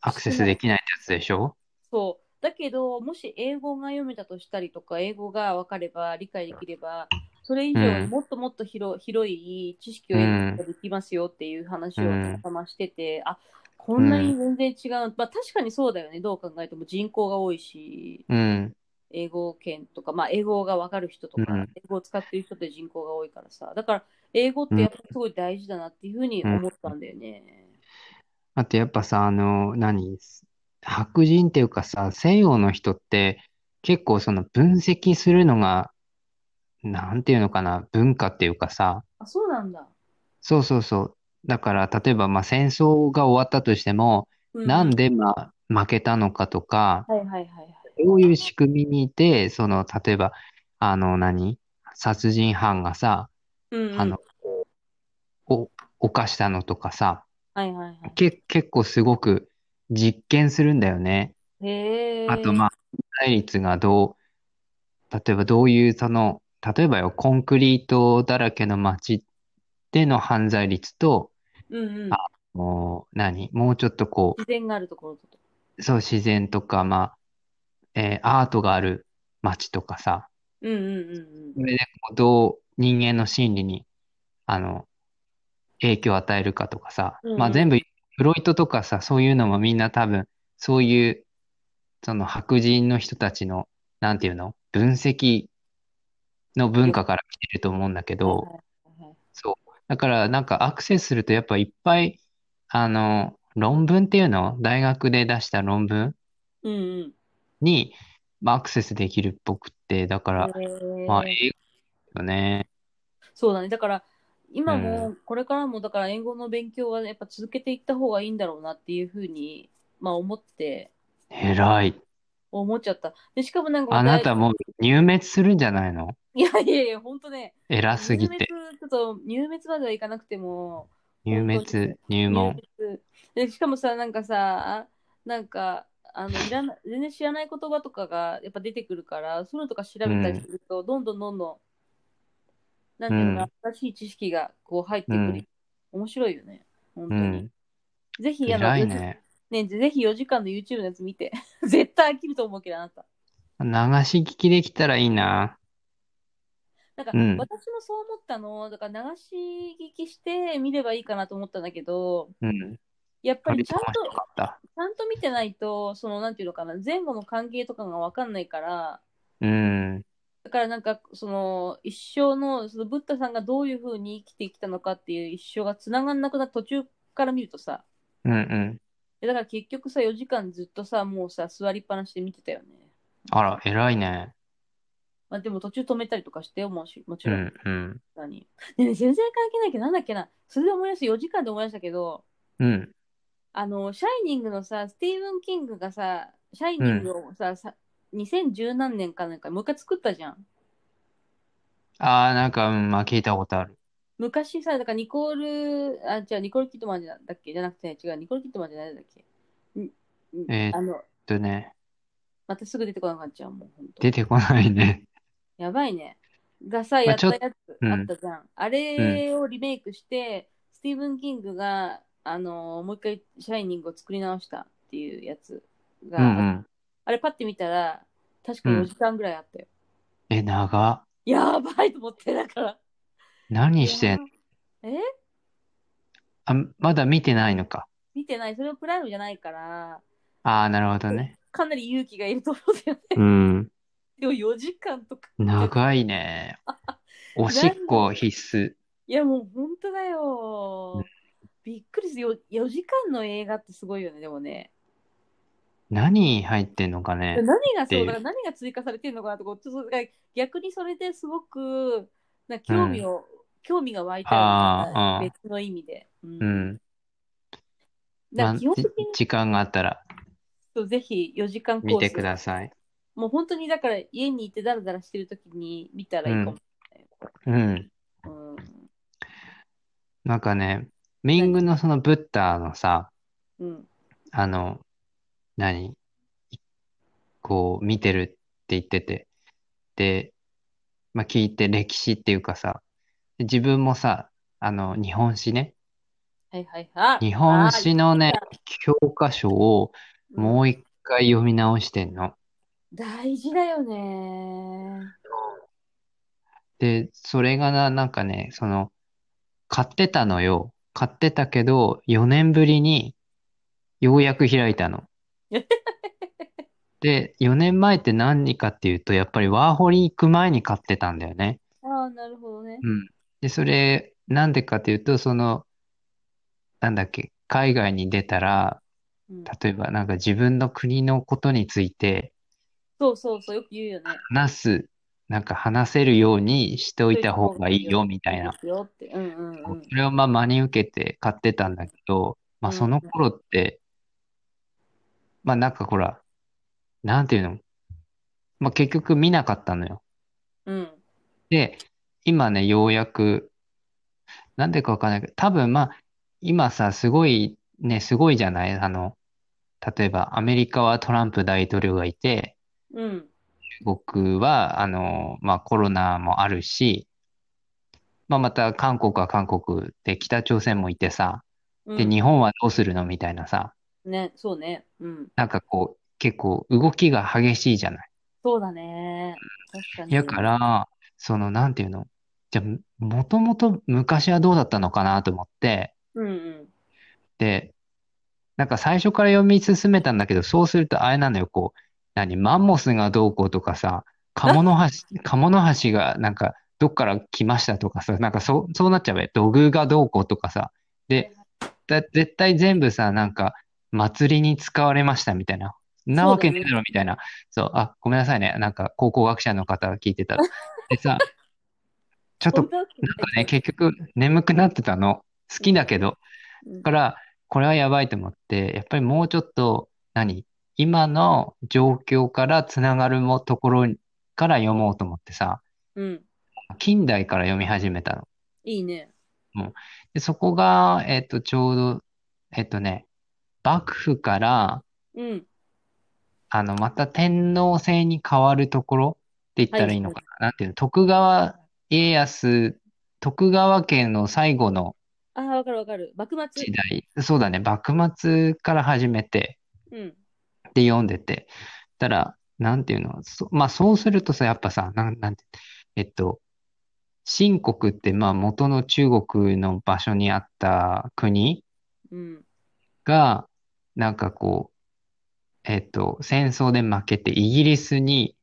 [SPEAKER 2] アクセスできないやつでしょ
[SPEAKER 1] そう。だけど、もし英語が読めたとしたりとか、英語が分かれば、理解できれば、それ以上
[SPEAKER 2] う
[SPEAKER 1] に
[SPEAKER 2] ん
[SPEAKER 1] もっともっと広,、広い知識を得ることができますよっていう話を
[SPEAKER 2] うん
[SPEAKER 1] たましてて、あこんなに全然違う、まあ確かにそうだよね、どう考えても人口が多いし、
[SPEAKER 2] うん。
[SPEAKER 1] 英語圏とか、まあ、英語が分かる人とか、
[SPEAKER 2] うん
[SPEAKER 1] 英語を使ってる人って人口が多いからさ、だから英語ってやっぱすごい大事だなっていうふうに思ったんだよね。
[SPEAKER 2] あとやっぱさ、あの、何白人っていうかさ、西洋の人って結構その分析するのがなんていうのかな、文化っていうかさ、
[SPEAKER 1] あ、そうなんだ。
[SPEAKER 2] そうそうそう。だから、例えば、まあ、戦争が終わったとしても、
[SPEAKER 1] うん。
[SPEAKER 2] なんで、まあ、負けたのかとか、
[SPEAKER 1] はいはいはいはい。
[SPEAKER 2] どういう仕組みにいて、その、例えば、あの、何殺人犯がさ、
[SPEAKER 1] うんう
[SPEAKER 2] あ
[SPEAKER 1] ん。
[SPEAKER 2] の、お、犯したのとかさ、
[SPEAKER 1] はいはいは
[SPEAKER 2] け、結構すごく実験するんだよね。
[SPEAKER 1] い。へ
[SPEAKER 2] あと、
[SPEAKER 1] え。
[SPEAKER 2] まあ、対立がどう、例えばどういう、その、例えばよ、コンクリートだらけの街での犯罪率と、
[SPEAKER 1] うんうん。
[SPEAKER 2] あもう、何もうちょっとこ
[SPEAKER 1] 自然があるところと。
[SPEAKER 2] う、そう、自然とか、まあ、えーアートがある街とかさ、
[SPEAKER 1] うんうんうんうん。
[SPEAKER 2] それでこうどう人間の心理に、あの、影響を与えるかとかさ、
[SPEAKER 1] うん
[SPEAKER 2] まあ
[SPEAKER 1] うん
[SPEAKER 2] 全部、フロイトとかさ、そういうのもみんな多分、そういう、その白人の人たちの、なんていうの分析の文化から来てると思うんだけ
[SPEAKER 1] はい
[SPEAKER 2] ど、
[SPEAKER 1] はいはいはい。
[SPEAKER 2] そう。だからなんかアクセスするとやっぱいっぱい、あの、論文っていうの大学で出した論文
[SPEAKER 1] うんうん。
[SPEAKER 2] に、まあ、アクセスできるっぽくって、だから、まあ、
[SPEAKER 1] へえ。
[SPEAKER 2] 英語よね。
[SPEAKER 1] そうだね。だから、今
[SPEAKER 2] う
[SPEAKER 1] も、これからも、だから、英語の勉強は、やっぱ続けていった方がいいんだろうなっていうふうに、まあ、思って、
[SPEAKER 2] 偉い。
[SPEAKER 1] 思っちゃった。で、しかもなんか、
[SPEAKER 2] あなたもう入滅するんじゃないの
[SPEAKER 1] (laughs) いやいやいや、ほんとね、
[SPEAKER 2] 偉す
[SPEAKER 1] 入
[SPEAKER 2] ぎ
[SPEAKER 1] 滅、
[SPEAKER 2] て。
[SPEAKER 1] ちょっと、入滅まではいかなくても、
[SPEAKER 2] 入
[SPEAKER 1] 本当
[SPEAKER 2] 滅、入門。
[SPEAKER 1] 入滅で、しかもさ、なんかさ、なんか、あのいらな全然知らない言葉とかがやっぱ出てくるから、そういうのとか調べたりすると、どんどんどんどん、なんていうのかな、新しい知識がこう入ってく
[SPEAKER 2] う
[SPEAKER 1] る。
[SPEAKER 2] ん、
[SPEAKER 1] 面白いよね、本
[SPEAKER 2] う
[SPEAKER 1] 当に。
[SPEAKER 2] ん。
[SPEAKER 1] ぜひ、あの、
[SPEAKER 2] 偉い
[SPEAKER 1] よじ
[SPEAKER 2] ね。
[SPEAKER 1] ね、ぜひ4時間の YouTube のやつ見て。 (laughs) 絶対飽きると思うけど、あなた。
[SPEAKER 2] 流し聞きできたらいいな。
[SPEAKER 1] なんか、
[SPEAKER 2] うん、
[SPEAKER 1] 私もそう思ったの、だから流し聞きして見ればいいかなと思ったんだけど、
[SPEAKER 2] うん。
[SPEAKER 1] やっぱ
[SPEAKER 2] あ
[SPEAKER 1] り
[SPEAKER 2] れ
[SPEAKER 1] ちゃんと
[SPEAKER 2] 面、白かった。
[SPEAKER 1] ちゃんと見てないと、その、なんていうのかな、前後の関係とかがわかんないから、
[SPEAKER 2] うん、
[SPEAKER 1] だからなんか、その、一生の、その、ブッダさんがどういうふうに生きてきたのかっていう一生がつながんなくなった途中から見るとさ、
[SPEAKER 2] うん、うん。
[SPEAKER 1] えだから結局さ、4時間ずっとさ、もうさ、座りっぱなしで見てたよね。
[SPEAKER 2] あら、偉いね。
[SPEAKER 1] まあ、でも途中止めたりとかしてよ、もしもち
[SPEAKER 2] う
[SPEAKER 1] ろん。
[SPEAKER 2] ん、うん、
[SPEAKER 1] 何ねえねえ全然関係ないけど、なんだっけな。それで思い出した、4時間で思い出したけど、
[SPEAKER 2] うん、
[SPEAKER 1] あの、シャイニングのさ、スティーブン・キングがさ、シャイ
[SPEAKER 2] う
[SPEAKER 1] ニン
[SPEAKER 2] ん。
[SPEAKER 1] グをさ、さ2010何年かなんか、もう一回作ったじゃん。
[SPEAKER 2] ああ、なんか、うん、まあ、聞いたことある。
[SPEAKER 1] 昔さ、だからニコール、あ、違う、ニコール・キッドマンじゃだっけじゃなくて、違う、ニコール・キッドマンじゃないんだっけ。んん
[SPEAKER 2] えーっ
[SPEAKER 1] あの、
[SPEAKER 2] とね、
[SPEAKER 1] またすぐ出てこなくなっちゃう、もう、ほんと。
[SPEAKER 2] 出てこないね。
[SPEAKER 1] やばいね。がさ、
[SPEAKER 2] ま
[SPEAKER 1] や
[SPEAKER 2] あ、
[SPEAKER 1] っ
[SPEAKER 2] ちょ
[SPEAKER 1] た
[SPEAKER 2] っと、
[SPEAKER 1] やつ
[SPEAKER 2] う
[SPEAKER 1] あっ
[SPEAKER 2] ん、
[SPEAKER 1] たじゃん。あ
[SPEAKER 2] うん、
[SPEAKER 1] れをリメイクして、スティーブン・キングが、あのーもう一回、シャイニングを作り直したっていうやつ
[SPEAKER 2] う
[SPEAKER 1] があ、
[SPEAKER 2] ん、うん、
[SPEAKER 1] あれパッて見たら、確
[SPEAKER 2] う
[SPEAKER 1] か4
[SPEAKER 2] ん。
[SPEAKER 1] 時間ぐらいあったよ。
[SPEAKER 2] え、長。
[SPEAKER 1] やばいと思って、だから。い
[SPEAKER 2] 何
[SPEAKER 1] や
[SPEAKER 2] してんの
[SPEAKER 1] ーえ
[SPEAKER 2] あ、まだ見てないのか。
[SPEAKER 1] 見てない。それはプライムじゃないから、
[SPEAKER 2] ああ、なるほ
[SPEAKER 1] (laughs)
[SPEAKER 2] どね。
[SPEAKER 1] かなり勇気がいると思うんだよ
[SPEAKER 2] う
[SPEAKER 1] ね。
[SPEAKER 2] ん。
[SPEAKER 1] でも4時間とかって、
[SPEAKER 2] 長いね。おし
[SPEAKER 1] なん
[SPEAKER 2] っ
[SPEAKER 1] で、
[SPEAKER 2] こ必須。
[SPEAKER 1] いやもう本当だよ。びっくりするよ。4時間の映画ってすごいよね、でもね。
[SPEAKER 2] 何入ってんのか
[SPEAKER 1] 何
[SPEAKER 2] ね。
[SPEAKER 1] が
[SPEAKER 2] って、
[SPEAKER 1] そう
[SPEAKER 2] い
[SPEAKER 1] だから
[SPEAKER 2] う
[SPEAKER 1] 何が追加されてるのかなとかちょっとだから逆にそれですごくなんか
[SPEAKER 2] う
[SPEAKER 1] 興味
[SPEAKER 2] ん。
[SPEAKER 1] を興味が湧いたよねなんか
[SPEAKER 2] ああ、
[SPEAKER 1] 別の意味で、う、
[SPEAKER 2] うんん。うん。
[SPEAKER 1] だから
[SPEAKER 2] まあ、
[SPEAKER 1] 基本
[SPEAKER 2] じ
[SPEAKER 1] 的に
[SPEAKER 2] 時間があったら
[SPEAKER 1] そうぜひ4時間
[SPEAKER 2] 見
[SPEAKER 1] コー
[SPEAKER 2] て
[SPEAKER 1] ス
[SPEAKER 2] ください。
[SPEAKER 1] もう本当にだから家にいてダラダラしてる時に見たら
[SPEAKER 2] う
[SPEAKER 1] いいかも
[SPEAKER 2] ん。
[SPEAKER 1] しれない、
[SPEAKER 2] うん。
[SPEAKER 1] うん、
[SPEAKER 2] なんかね、ミ
[SPEAKER 1] 何
[SPEAKER 2] ングのそのブッダのさ、
[SPEAKER 1] うん
[SPEAKER 2] あの、何こう見てるって言ってて、で、まあ、聞いて歴史っていうかさ、自分もさ、あの、日本史ね、
[SPEAKER 1] はいはいはい
[SPEAKER 2] 日
[SPEAKER 1] あ
[SPEAKER 2] 本
[SPEAKER 1] あ言っ
[SPEAKER 2] 史の
[SPEAKER 1] て
[SPEAKER 2] ね、
[SPEAKER 1] た、
[SPEAKER 2] 教科書を
[SPEAKER 1] う
[SPEAKER 2] も
[SPEAKER 1] ん、
[SPEAKER 2] う一回読み直してんの。
[SPEAKER 1] 大事だよね
[SPEAKER 2] で、それがな、なんかね、その、買ってたのよ。買ってたけど、4年ぶりにようやく開いた (laughs) の。で、4年前って何かっていうと、やっぱりワーホリ行く前に買ってたんだよね。
[SPEAKER 1] ああーなるほどね
[SPEAKER 2] うん。で、それ、なんでかっていうと、その、なんだっけ、海外に出たら、
[SPEAKER 1] うん
[SPEAKER 2] 例えばなんか自分の国のことについて
[SPEAKER 1] そうそうそうよく言うよね
[SPEAKER 2] 話す。なんか話せるようにしといた方がいいよみたいな。
[SPEAKER 1] ですよって。うんうんうん。
[SPEAKER 2] それをまあ真に受けて買ってたんだけど、まあ
[SPEAKER 1] うん
[SPEAKER 2] その頃って、まあなんかほら、なんていうの、まあ結局見なかったのよ。
[SPEAKER 1] うん。
[SPEAKER 2] で、今ね、ようやく、なんでかわかんないけど、多分まあ、今さ、すごい、ね、すごいじゃないあの、例えばアメリカはトランプ大統領がいて、
[SPEAKER 1] うん。
[SPEAKER 2] 僕は、あの、まあ、コロナもあるし、まあ、また韓国は韓国で北朝鮮もいてさ、
[SPEAKER 1] うん、
[SPEAKER 2] で、日本はどうするのみたいなさ、
[SPEAKER 1] ね、そうね。うん。
[SPEAKER 2] なんかこう、結構動きが激しいじゃない。
[SPEAKER 1] そうだね。確かに。
[SPEAKER 2] だか。ら、その、なんていうのじゃあ、もともと昔はどうだったのかなと思って、
[SPEAKER 1] うんうん。
[SPEAKER 2] で、なんか最初から読み進めたんだけど、そうするとあれなのよ、こう、何、マンモスがどうこうとかさ、カモノハシ、カモノハシがなんかどっから来ましたとかさ、なんかそう、そうなっちゃうよ。土偶がどうこうとかさ。で、だ、絶対全部さ、なんか祭りに使われましたみたいな。なわけねえだろみたいな。そう、あ、ごめんなさいね。なんか考古学者の方が聞いてたら。でさ、ちょ
[SPEAKER 1] (laughs)
[SPEAKER 2] っと
[SPEAKER 1] 本当なん
[SPEAKER 2] なんかね、結局眠くなってたの。好きだけど。だから、これはやばいと思って、やっぱりもうちょっと、何今の状況からつながるもところから読もうと思ってさ、
[SPEAKER 1] うん。
[SPEAKER 2] 近代から読み始めたの。
[SPEAKER 1] いいね。
[SPEAKER 2] で、そこが、えっと、ちょうど、えっとね、幕府から、
[SPEAKER 1] うん。
[SPEAKER 2] あの、また天皇制に変わるところって言ったらいいのかな。なんていうの、徳川家康、徳川家の最後の
[SPEAKER 1] ああ、わかるわかる。幕末
[SPEAKER 2] 時。代、そうだね、幕末から始めて、
[SPEAKER 1] うん。
[SPEAKER 2] って読んでて、たら、なんていうの、そまあそうするとさ、やっぱさ、なん、なんて、えっと、秦国ってまあ元の中国の場所にあった国
[SPEAKER 1] うん。
[SPEAKER 2] が、なんかこう、えっと、戦争で負けてイギリスに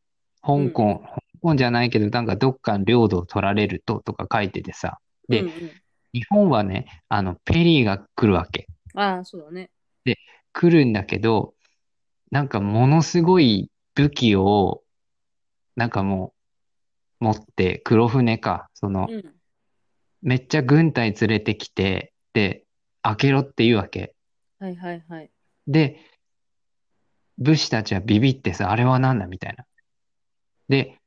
[SPEAKER 2] 香港、
[SPEAKER 1] う
[SPEAKER 2] 香港じゃないけど、なんかどっかの領土を取られるととか書いててさ、で
[SPEAKER 1] うんうん
[SPEAKER 2] 日本はね、あの、ペリーが来るわけ。
[SPEAKER 1] ああ、そうだね。
[SPEAKER 2] 来るんだけど、なんかものすごい武器を、なんかもう、持って、黒船か、その、
[SPEAKER 1] うん。
[SPEAKER 2] めっちゃ軍隊連れてきて、で、開けろって言うわけ。
[SPEAKER 1] はいはいはい。
[SPEAKER 2] で、武士たちはビビってさ、あれはなんだみたいな。で、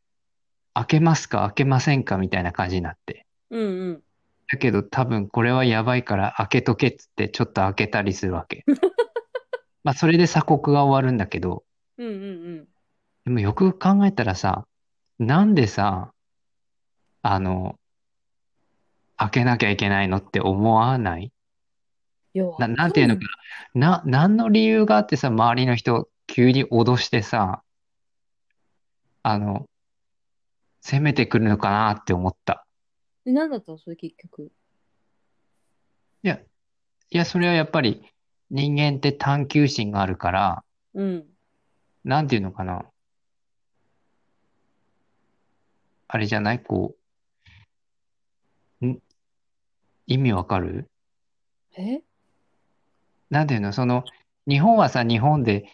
[SPEAKER 2] 開けますか、開けませんかみたいな感じになって。
[SPEAKER 1] うんうん。
[SPEAKER 2] だけど多分これはやばいから開けとけっつって、ちょっと開けたりするわけ。まあ、それで鎖国が終わるんだけど、
[SPEAKER 1] うんうん
[SPEAKER 2] でもよく考えたらさ、なんでさ、あの、開けなきゃいけないのって思わない
[SPEAKER 1] うん。よ
[SPEAKER 2] な、なんていうのかな、な、何の理由があってさ、周りの人急に脅してさ、あの、攻めてくるのかなって思った。
[SPEAKER 1] で何だったのそれ結局。
[SPEAKER 2] いや、いや、それはやっぱり人間って探求心があるから、
[SPEAKER 1] うん。
[SPEAKER 2] なんていうのかな。あれじゃないこう、ん意味わかる
[SPEAKER 1] え
[SPEAKER 2] なんていうのその、日本はさ、日本で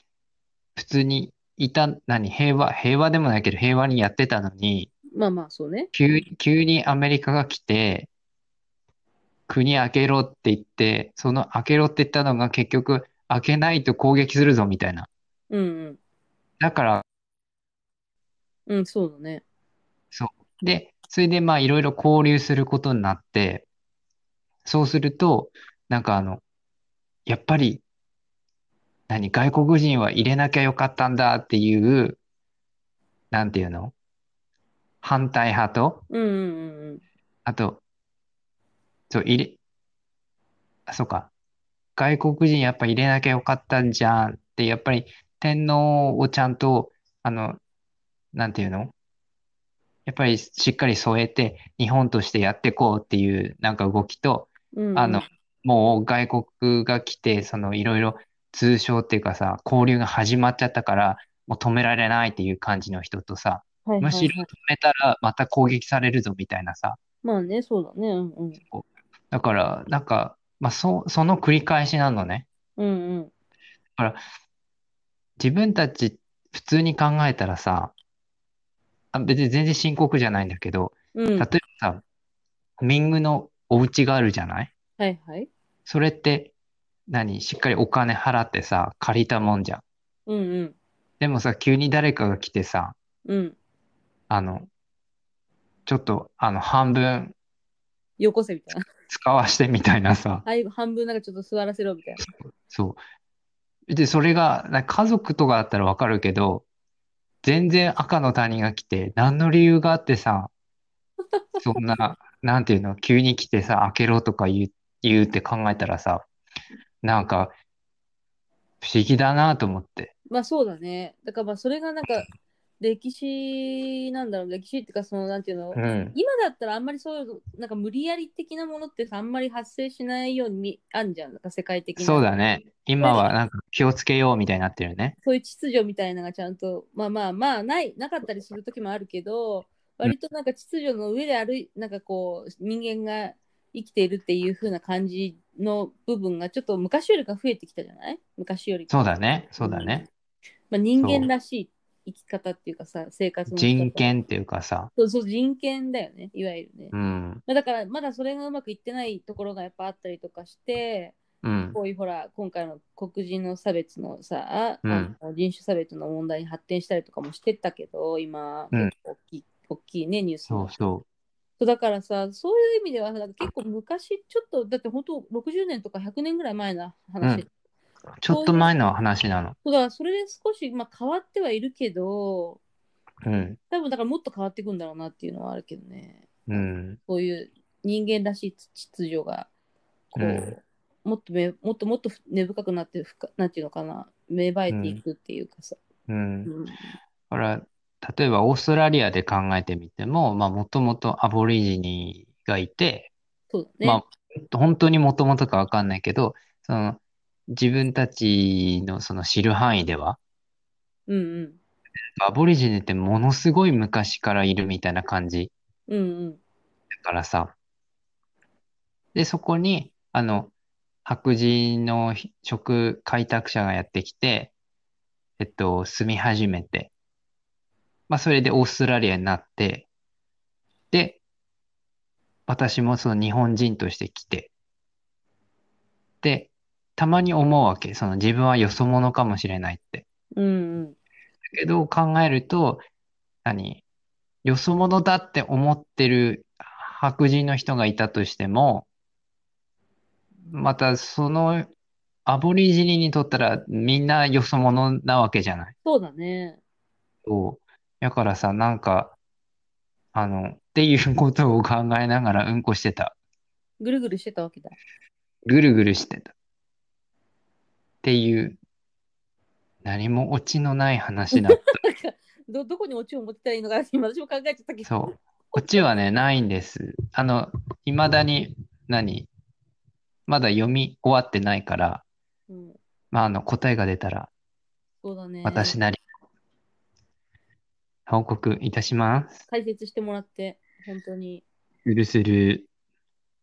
[SPEAKER 2] 普通にいた、何平和、平和でもないけど平和にやってたのに、
[SPEAKER 1] まあまあ、そうね。
[SPEAKER 2] 急に、急にアメリカが来て、国開けろって言って、その開けろって言ったのが結局、開けないと攻撃するぞみたいな。
[SPEAKER 1] うんうん。
[SPEAKER 2] だから、
[SPEAKER 1] うん、そうだね。
[SPEAKER 2] で、それでまあいろいろ交流することになって、そうすると、なんかあの、やっぱり、何、外国人は入れなきゃよかったんだっていう、なんていうの反対派と、
[SPEAKER 1] うんうんうんうん。
[SPEAKER 2] あと、そう、入れ、あ、そうか。外国人やっぱ入れなきゃよかったんじゃんって、やっぱり天皇をちゃんと、あの、なんていうのやっぱりしっかり添えて、日本としてやってこうっていうなんか動きと、
[SPEAKER 1] うんうん
[SPEAKER 2] あの、もう外国が来て、そのいろいろ通商っていうかさ、交流が始まっちゃったから、もう止められないっていう感じの人とさ、
[SPEAKER 1] はいはいはい
[SPEAKER 2] むしろ止めたらまた攻撃されるぞみたいなさ、
[SPEAKER 1] まあね、そうだね。うんうん。
[SPEAKER 2] だから、なんか、まあ、そ、その繰り返しなのね。
[SPEAKER 1] うんうん。
[SPEAKER 2] 自分たち普通に考えたらさ、あ別に全然深刻じゃないんだけど、
[SPEAKER 1] うん
[SPEAKER 2] 例え。ばさ、ミングのお家があるじゃない
[SPEAKER 1] はいはい。
[SPEAKER 2] それって、何しっかりお金払ってさ、借りたもんじゃん。
[SPEAKER 1] うんうん。
[SPEAKER 2] でもさ、急に誰かが来てさ、
[SPEAKER 1] うん。
[SPEAKER 2] あの、ちょっと、あの、半分
[SPEAKER 1] よこせみたいな。 (laughs)
[SPEAKER 2] 使わしてみたいなさ、
[SPEAKER 1] はい、半分なんかちょっと座らせろみたいな。
[SPEAKER 2] そう。で、それが、な家族とかだったらわかるけど、全然赤の他人が来て、何の理由があってさ、そんな、なんていうの、急に来てさ、開けろとか言う、言うって考えたらさ、なんか、不思議だなと思って。
[SPEAKER 1] まあそうだね。だからまあそれがなんか歴史なんだろう、歴史っていうかそのなんていうの、
[SPEAKER 2] うん。
[SPEAKER 1] 今だったらあんまりそういうなんか無理やり的なものってさあんまり発生しないようにみあんじゃん、なんか世界的な。
[SPEAKER 2] そうだね。今はなんか気をつけようみたいになってるね。
[SPEAKER 1] そういう秩序みたいなのがちゃんと、まあまあまあ、ない、なかったりする時もあるけど、割となんか秩序の上で歩い、なんかこう、人間が生きているっていう風な感じの部分が、ちょっと昔よりか増えてきたじゃない昔よりか。
[SPEAKER 2] そうだね。そうだね。
[SPEAKER 1] まあ、人間らしい生き方っていうかさ、生活の仕方
[SPEAKER 2] 人権っていうかさ、
[SPEAKER 1] そうそう、人権だよね、いわゆるね。
[SPEAKER 2] うん。
[SPEAKER 1] まあだから、まだそれがうまくいってないところがやっぱあったりとかして、
[SPEAKER 2] うん。
[SPEAKER 1] こういうほら、今回の黒人の差別のさ、
[SPEAKER 2] うん
[SPEAKER 1] あの人種差別の問題に発展したりとかもしてったけど、今、
[SPEAKER 2] うん
[SPEAKER 1] 結構大きい、大きいね、ニュース
[SPEAKER 2] そうそ
[SPEAKER 1] そうだからさ、そういう意味ではさ、なんか結構昔、ちょっと、だって本当、60年とか100年ぐらい前の話、
[SPEAKER 2] うんう。ちょっと前の話なの。
[SPEAKER 1] そうだからそれで少し、まあ、変わってはいるけど、
[SPEAKER 2] うん。
[SPEAKER 1] 多分だからもっと変わっていくんだろうなっていうのはあるけどね、
[SPEAKER 2] うん。
[SPEAKER 1] そういう人間らしい秩序が、こう、
[SPEAKER 2] うん
[SPEAKER 1] もっとめもっともっと根深くなってふか、なんていうのかな、芽生えていくっていうかさ。
[SPEAKER 2] うん。だ
[SPEAKER 1] うん
[SPEAKER 2] から、例えばオーストラリアで考えてみても、まあ、もともとアボリジニがいて、
[SPEAKER 1] そうだね。
[SPEAKER 2] まあ、本当にもともとかわかんないけど、その、自分たちのその知る範囲では、
[SPEAKER 1] うんうん。
[SPEAKER 2] アボリジニってものすごい昔からいるみたいな感じ
[SPEAKER 1] うんうん。
[SPEAKER 2] だからさ。で、そこに、あの、白人の食開拓者がやってきて、えっと、住み始めて、まあ、それでオーストラリアになって、で、私もその日本人として来て、で、たまに思うわけ、その自分はよそ者かもしれないって。
[SPEAKER 1] うんうん。
[SPEAKER 2] けど考えると、何、よそ者だって思ってる白人の人がいたとしても、またそのアボリジニにとったらみんなよそ者なわけじゃない。
[SPEAKER 1] そうだね。
[SPEAKER 2] そう。だからさ、なんか、あの、っていうことを考えながらうんこしてた。
[SPEAKER 1] ぐるぐるしてたわけだ。
[SPEAKER 2] ぐるぐるしてた。っていう、何もオチのない話だっ
[SPEAKER 1] どどこにオチを持ってたらいいのかな (laughs) って今私も考えちゃったけど。
[SPEAKER 2] そう。オチはね、ないんです。あの、いまだに、何まだ読み終わってないから、
[SPEAKER 1] う。ん、
[SPEAKER 2] まあ、あの、答えが出たら、
[SPEAKER 1] そうだね。
[SPEAKER 2] 私なり、報告いたします。
[SPEAKER 1] 解説してもらって、本当に。
[SPEAKER 2] うるする。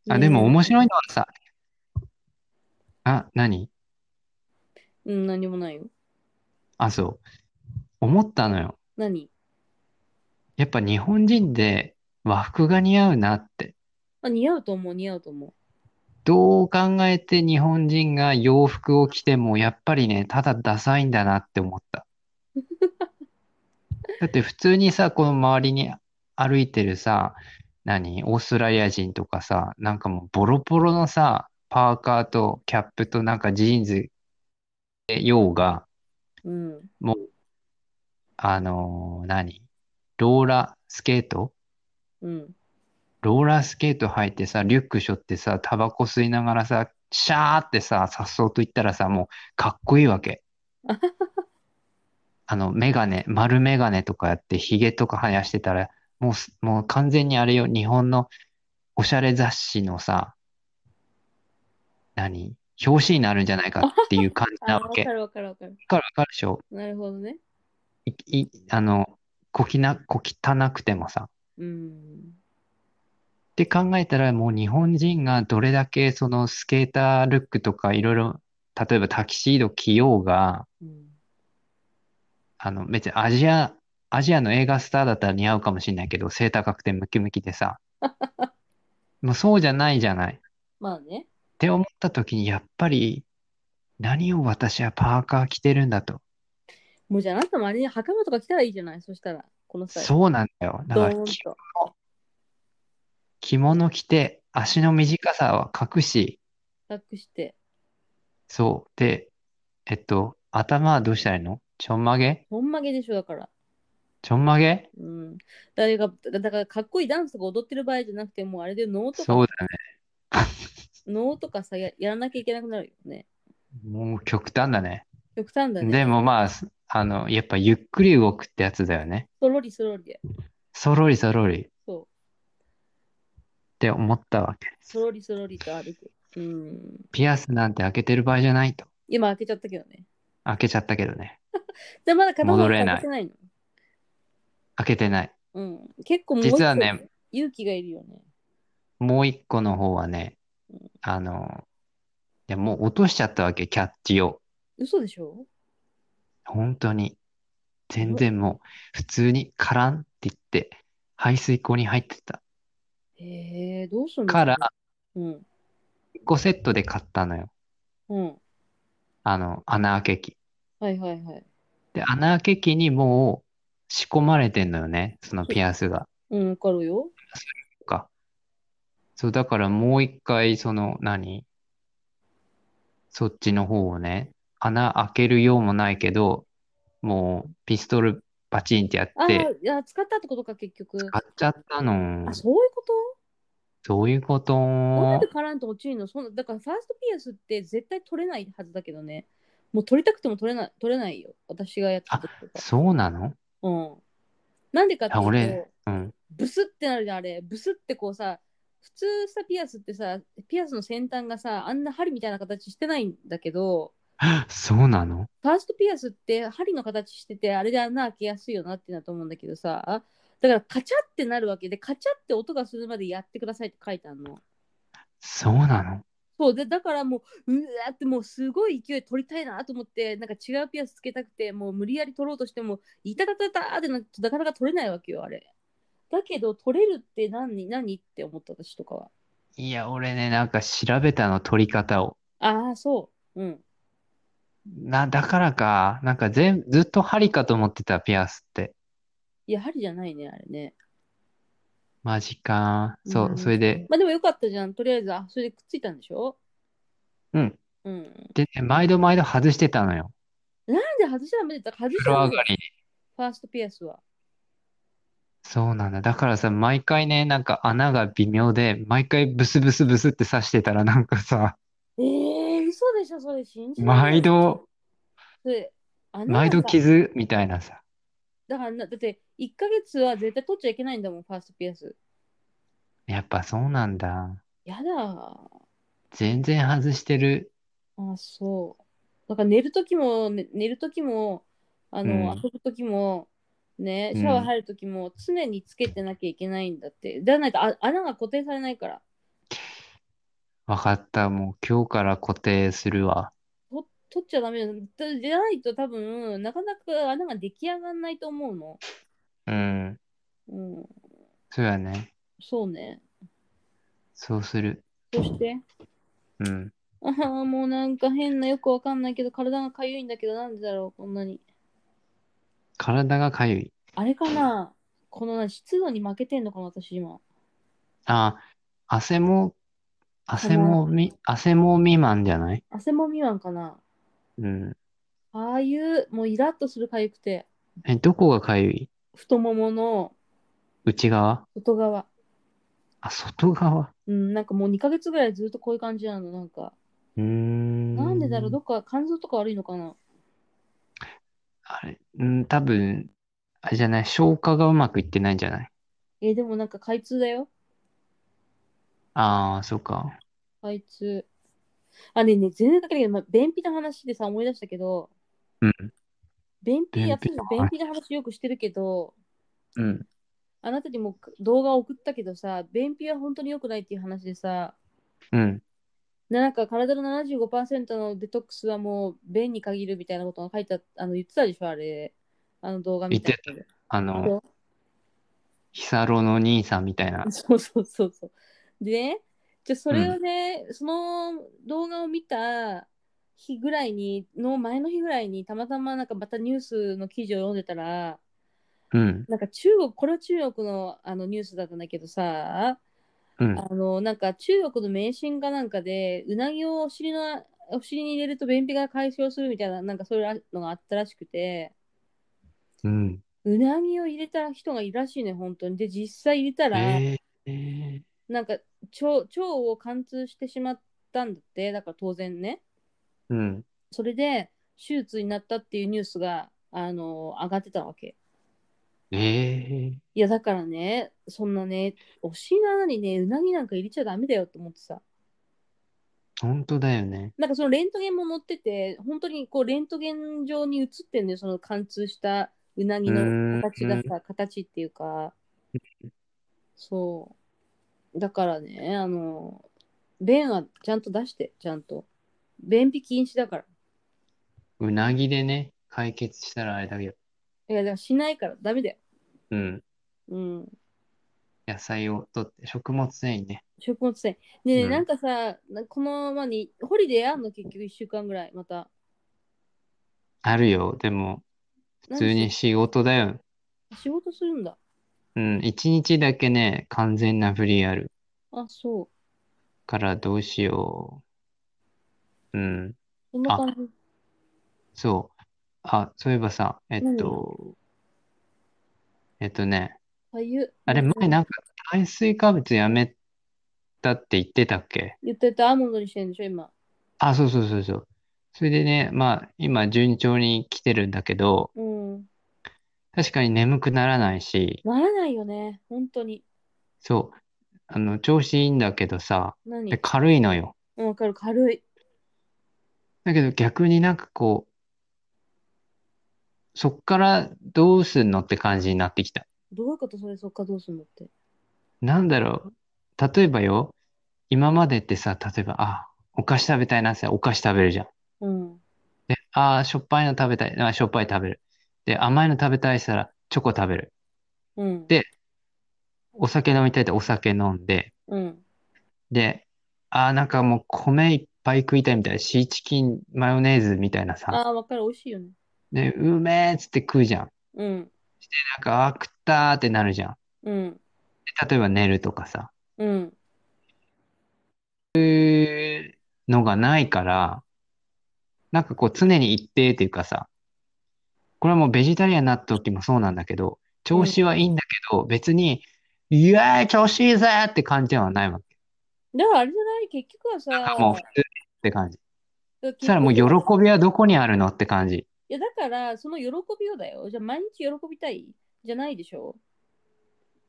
[SPEAKER 2] あ、
[SPEAKER 1] ね
[SPEAKER 2] でも面白いのはさ、あ、何
[SPEAKER 1] うん、何もないよ。
[SPEAKER 2] あ、そう。思ったのよ。
[SPEAKER 1] 何
[SPEAKER 2] やっぱ日本人で和服が似合うなって。
[SPEAKER 1] あ似合うと思う、似合うと思う。
[SPEAKER 2] どう考えて日本人が洋服を着てもやっぱりね、ただダサいんだなって思った。だって普通にさ、この周りに歩いてるさ、何、オーストラリア人とかさ、なんかもうボロボロのさ、パーカーとキャップとなんかジーンズ、用が、
[SPEAKER 1] うん。
[SPEAKER 2] あのー何、ローラスケート
[SPEAKER 1] うん。
[SPEAKER 2] ローラースケート履いてさ、リュック背負ってさ、タバコ吸いながらさ、シャーってさ、颯爽と言ったらさ、もうかっこいいわけ。あの、メガネ、丸メガネとかやって、ヒゲとか生やしてたら、もうす、もう完全にあれよ、日本のおしゃれ雑誌のさ、何表紙になるんじゃないかっていう感じ
[SPEAKER 1] (laughs) あ、
[SPEAKER 2] な
[SPEAKER 1] わ
[SPEAKER 2] わけ。
[SPEAKER 1] か
[SPEAKER 2] わ
[SPEAKER 1] るわかるわかる。
[SPEAKER 2] かるわかるでしょ
[SPEAKER 1] なるほどね。
[SPEAKER 2] い、い、あの、小きな、小汚くてもさ。
[SPEAKER 1] うん。
[SPEAKER 2] って考えたらもう日本人がどれだけそのスケータールックとかいろいろ例えばタキシード着ようが
[SPEAKER 1] うん、
[SPEAKER 2] あの別にアジアアジアの映画スターだったら似合うかもしれないけど、背高くてムキムキで (laughs) さ。もうそうじゃないじゃない。っ
[SPEAKER 1] まあね。
[SPEAKER 2] て思った時に、やっぱり、何を私はパーカー着てるんだと。
[SPEAKER 1] もうじゃああなた周りに袴とか着たらいいじゃないそしたら、この際。
[SPEAKER 2] そうなんだよ。だ
[SPEAKER 1] ド
[SPEAKER 2] か
[SPEAKER 1] ー
[SPEAKER 2] ら
[SPEAKER 1] ン
[SPEAKER 2] き
[SPEAKER 1] と。
[SPEAKER 2] 着物着て、足の短さは隠し、
[SPEAKER 1] 隠して。
[SPEAKER 2] そう。で、えっと、頭はどうしたらいいのちょんまげ
[SPEAKER 1] ほんまげでしょ、だから。
[SPEAKER 2] ちょんまげ
[SPEAKER 1] うん。誰が、だだからかっこいいダンスとか踊ってる場合じゃなくて、もうあれで能とか、
[SPEAKER 2] そうだね。
[SPEAKER 1] 能とかさや、やらなきゃいけなくなるよね。
[SPEAKER 2] もう極端だね。
[SPEAKER 1] 極端だね。
[SPEAKER 2] でもまあ、あの、やっぱゆっくり動くってやつだよね。
[SPEAKER 1] そろりそろりで。
[SPEAKER 2] そろりそろりっ
[SPEAKER 1] そう。
[SPEAKER 2] て思ったわけ。
[SPEAKER 1] そろりそろりと歩く。うん。
[SPEAKER 2] ピアスなんて開けてる場合じゃないと。
[SPEAKER 1] 今開けちゃったけどね。
[SPEAKER 2] 開けちゃったけどね。
[SPEAKER 1] じゃあまだ片方
[SPEAKER 2] 戻れ
[SPEAKER 1] 開
[SPEAKER 2] ない
[SPEAKER 1] けてないの。
[SPEAKER 2] 開けてない。
[SPEAKER 1] うん。結構もう一個
[SPEAKER 2] 実はね、
[SPEAKER 1] 勇気がいるよね。
[SPEAKER 2] もう一個の方はね、あの、いやもう落としちゃったわけ、キャッチを。
[SPEAKER 1] 嘘でしょ
[SPEAKER 2] 本当に。全然もう、普通にカランって言って、排水溝に入ってた。
[SPEAKER 1] へえ、どうするの
[SPEAKER 2] から、
[SPEAKER 1] うん。
[SPEAKER 2] 5セットで買ったのよ。
[SPEAKER 1] うん。
[SPEAKER 2] あの、穴開け器。
[SPEAKER 1] はいはいはい。
[SPEAKER 2] で、穴開け器にもう仕込まれてんのよね、そのピアスが。
[SPEAKER 1] うん、わかるよ。
[SPEAKER 2] か。そう、だからもう一回、その、何そっちの方をね、穴開けるようもないけど、もうピストルパチンってやっ
[SPEAKER 1] ああ、
[SPEAKER 2] て、
[SPEAKER 1] いや、使ったってことか、結局。
[SPEAKER 2] 買っちゃったの
[SPEAKER 1] あ、。そういうこと
[SPEAKER 2] そういうこと
[SPEAKER 1] なんで絡んと落ちるのそんなだからファーストピアスって絶対取れないはずだけどね。もう取りたくても取れない取れないよ。私がやってた時とか。
[SPEAKER 2] そうなの
[SPEAKER 1] うん。なんでかって
[SPEAKER 2] あ
[SPEAKER 1] い
[SPEAKER 2] 俺
[SPEAKER 1] うと、
[SPEAKER 2] うん。
[SPEAKER 1] ブスってなるじゃん、あれ。ブスってこうさ、普通さ、ピアスってさ、ピアスの先端がさ、あんな針みたいな形してないんだけど、
[SPEAKER 2] そうなの
[SPEAKER 1] ファーストピアスって針の形してて、あれで穴開けやすいよなってなと思うんだけどさ、だからカチャってなるわけで、カチャって音がするまでやってくださいって書いてあるの。
[SPEAKER 2] そうなの
[SPEAKER 1] そうで、だからもう、うわーってもうすごい勢い取りたいなと思って、なんか違うピアスつけたくて、もう無理やり取ろうとしても、いたたたたーってなって、なかなか取れないわけよ、あれ。だけど、取れるって何、何って思った私とかは。
[SPEAKER 2] いや、俺ね、なんか調べたの、取り方を。
[SPEAKER 1] ああ、そう。うん。
[SPEAKER 2] な、だからか、なんか全、ずっと針かと思ってた、ピアスって。
[SPEAKER 1] いや、針じゃないね、あれね。
[SPEAKER 2] マジか。そうう、
[SPEAKER 1] ん
[SPEAKER 2] それで、
[SPEAKER 1] まあでもよかったじゃん。とりあえず、あ、それでくっついたんでしょ
[SPEAKER 2] うん。
[SPEAKER 1] うん。
[SPEAKER 2] でね、毎度毎度外してたのよ。
[SPEAKER 1] なんで外しちゃダメだった外しち
[SPEAKER 2] 風呂
[SPEAKER 1] ゃダ
[SPEAKER 2] 上
[SPEAKER 1] メ
[SPEAKER 2] が
[SPEAKER 1] だ
[SPEAKER 2] りに。
[SPEAKER 1] ファーストピアスは。
[SPEAKER 2] そうなんだ。だからさ、毎回ね、なんか穴が微妙で、毎回ブスブスブスって刺してたら、なんかさ、
[SPEAKER 1] ええー、嘘でしょ、それ信じられない。
[SPEAKER 2] 毎度、
[SPEAKER 1] それ。穴が
[SPEAKER 2] 毎度
[SPEAKER 1] さ
[SPEAKER 2] 傷みたいなさ。
[SPEAKER 1] だからな、だって1ヶ月は絶対取っちゃいけないんだもん、ファーストピアス。
[SPEAKER 2] やっぱそうなんだ。
[SPEAKER 1] やだー。
[SPEAKER 2] 全然外してる。
[SPEAKER 1] あ、そう。だから寝るときも、ね寝るときも、あの、
[SPEAKER 2] うん
[SPEAKER 1] 遊ぶときも、ね、シャワー入るときも、常につけてなきゃいけないんだって。じゃないとあ穴が固定されないから。
[SPEAKER 2] わかった。もう今日から固定するわ。
[SPEAKER 1] と取っちゃダメだだじゃないと多分なかなか穴が出来上がんないと思うの。
[SPEAKER 2] うん。
[SPEAKER 1] うん、
[SPEAKER 2] そうやね。
[SPEAKER 1] そうね。
[SPEAKER 2] そうする。
[SPEAKER 1] そして、
[SPEAKER 2] うん。
[SPEAKER 1] ああ、もうなんか変なよくわかんないけど体が痒いんだけどなんでだろうこんなに。
[SPEAKER 2] 体がかゆい。
[SPEAKER 1] あれかなこのな湿度に負けてんのかな私今。
[SPEAKER 2] あ、汗も、汗
[SPEAKER 1] か
[SPEAKER 2] もみ、汗も未満じゃない
[SPEAKER 1] 汗もみわんかな
[SPEAKER 2] うん。
[SPEAKER 1] ああいうもうイラッとする痒くて
[SPEAKER 2] え、どこがかゆい
[SPEAKER 1] 太ももの
[SPEAKER 2] 内側
[SPEAKER 1] 外側。
[SPEAKER 2] あ、外側
[SPEAKER 1] うん、なんかもう2ヶ月ぐらいずっとこういう感じなのなんか。
[SPEAKER 2] うーん。
[SPEAKER 1] なんでだろうどっか肝臓とか悪いのかな
[SPEAKER 2] あれ、うん、多分、あれじゃない、消化がうまくいってないんじゃない
[SPEAKER 1] えーでもなんか開通だよ。
[SPEAKER 2] ああ、そうか。
[SPEAKER 1] あいつ。あ、ねえねえ、全然関係ないけど、まあ、便秘の話でさ、思い出したけど、
[SPEAKER 2] うん、
[SPEAKER 1] 便秘、
[SPEAKER 2] 便
[SPEAKER 1] 私
[SPEAKER 2] 秘
[SPEAKER 1] も便秘の話よくしてるけど、
[SPEAKER 2] うん、
[SPEAKER 1] あなたにも動画を送ったけどさ、便秘は本当に良くないっていう話でさ、
[SPEAKER 2] うん。
[SPEAKER 1] でなんか体の75%のデトックスはもう便に限るみたいなことが書いてああの言ってたでしょ、あれ。あの動画見たけど
[SPEAKER 2] あの、ヒサロの兄さんみたいな。
[SPEAKER 1] そうそうそうそう。でね、じゃあそれをね、その動画を見た日ぐらいに、の前の日ぐらいに、たまたまなんかまたニュースの記事を読んでたら、
[SPEAKER 2] うん、
[SPEAKER 1] なんか中国、これは中国のあのニュースだったんだけどさ、
[SPEAKER 2] うん。
[SPEAKER 1] あの、なんか中国の迷信かなんかで、うなぎをお尻の、お尻に入れると便秘が解消するみたいな、なんかそういうのがあったらしくて、
[SPEAKER 2] うん。
[SPEAKER 1] うなぎを入れた人がいるらしいね、本当に。で、実際入れたら、
[SPEAKER 2] えー、
[SPEAKER 1] なんか腸腸を貫通してしまったんだってだから当然ね
[SPEAKER 2] うん。
[SPEAKER 1] それで手術になったっていうニュースが、あの上がってたわけ
[SPEAKER 2] えー、
[SPEAKER 1] いやだからねそんなねお尻の穴にねうなぎなんか入れちゃダメだよと思ってさ
[SPEAKER 2] 本当だよね。
[SPEAKER 1] なんかそのレントゲンも載ってて本当にこうレントゲン上に映ってんのよその貫通したうなぎの形がさ形っていうかそうだからねあの便はちゃんと出してちゃんと便秘禁止だから
[SPEAKER 2] うなぎでね、解決したらあれだけど。
[SPEAKER 1] いやだからしないからダメだよ
[SPEAKER 2] うん。
[SPEAKER 1] うん
[SPEAKER 2] 野菜をとって、食物繊維ね。
[SPEAKER 1] 食物繊維ねえ、
[SPEAKER 2] うん
[SPEAKER 1] なんかさなこのままにホリデーやんの結局1週間ぐらいまた
[SPEAKER 2] あるよ。でも、普通に仕事だよ。
[SPEAKER 1] 仕事するんだ
[SPEAKER 2] うん。一日だけね、完全なフリーある
[SPEAKER 1] あそう
[SPEAKER 2] からどうしよう。うん。
[SPEAKER 1] そんな感じ
[SPEAKER 2] そう。あ、そういえばさ、えっと、えっとね、
[SPEAKER 1] あゆ
[SPEAKER 2] あれ前なんか炭水化物やめたって言ってたっけ
[SPEAKER 1] 言ってたアーモンドにしてんでしょ今
[SPEAKER 2] あ、そうそうそうそう。それでね、まあ今順調に来てるんだけど、
[SPEAKER 1] うん
[SPEAKER 2] 確かに眠くならないし、
[SPEAKER 1] ならないよね本当に
[SPEAKER 2] そう、あの、調子いいんだけどさ、
[SPEAKER 1] 何
[SPEAKER 2] で軽いのよ。
[SPEAKER 1] うんわかる軽い
[SPEAKER 2] だけど逆になんかこう、そっからどうすんのって感じになってきた。
[SPEAKER 1] どういうことそれそっかどうすんのって
[SPEAKER 2] なんだろう。例えばよ、今までってさ、例えば、あ、お菓子食べたいなってお菓子食べるじゃん。
[SPEAKER 1] うん
[SPEAKER 2] で、あ、しょっぱいの食べたい。あ、しょっぱい食べる。で、甘いの食べたいしたら、チョコ食べる。
[SPEAKER 1] うん
[SPEAKER 2] でお酒飲みたいってお酒飲んで、
[SPEAKER 1] うん
[SPEAKER 2] で、あ、なんかもう米いっぱい食いたいみたいな、シーチキンマヨネーズみたいなさ、
[SPEAKER 1] あーわかる美味しいよね
[SPEAKER 2] で、うめえっつって食うじゃん。
[SPEAKER 1] うん
[SPEAKER 2] なんか、あ、食ったーってなるじゃん。
[SPEAKER 1] うん
[SPEAKER 2] で例えば寝るとかさ、
[SPEAKER 1] うん
[SPEAKER 2] のがないから、なんかこう常に一定っていうかさ、これはもうベジタリアンになった時もそうなんだけど、調子はいいんだけど、別に、イエーイ調子いいぜって感じではないわけ。
[SPEAKER 1] だからあれじゃない結局はさ
[SPEAKER 2] もう普通って感じ。
[SPEAKER 1] だから
[SPEAKER 2] そしたらもう喜
[SPEAKER 1] 結局
[SPEAKER 2] びはどこにあるのって感じ。
[SPEAKER 1] いやだからその喜びをだよじゃあ毎日喜びたいじゃないでしょ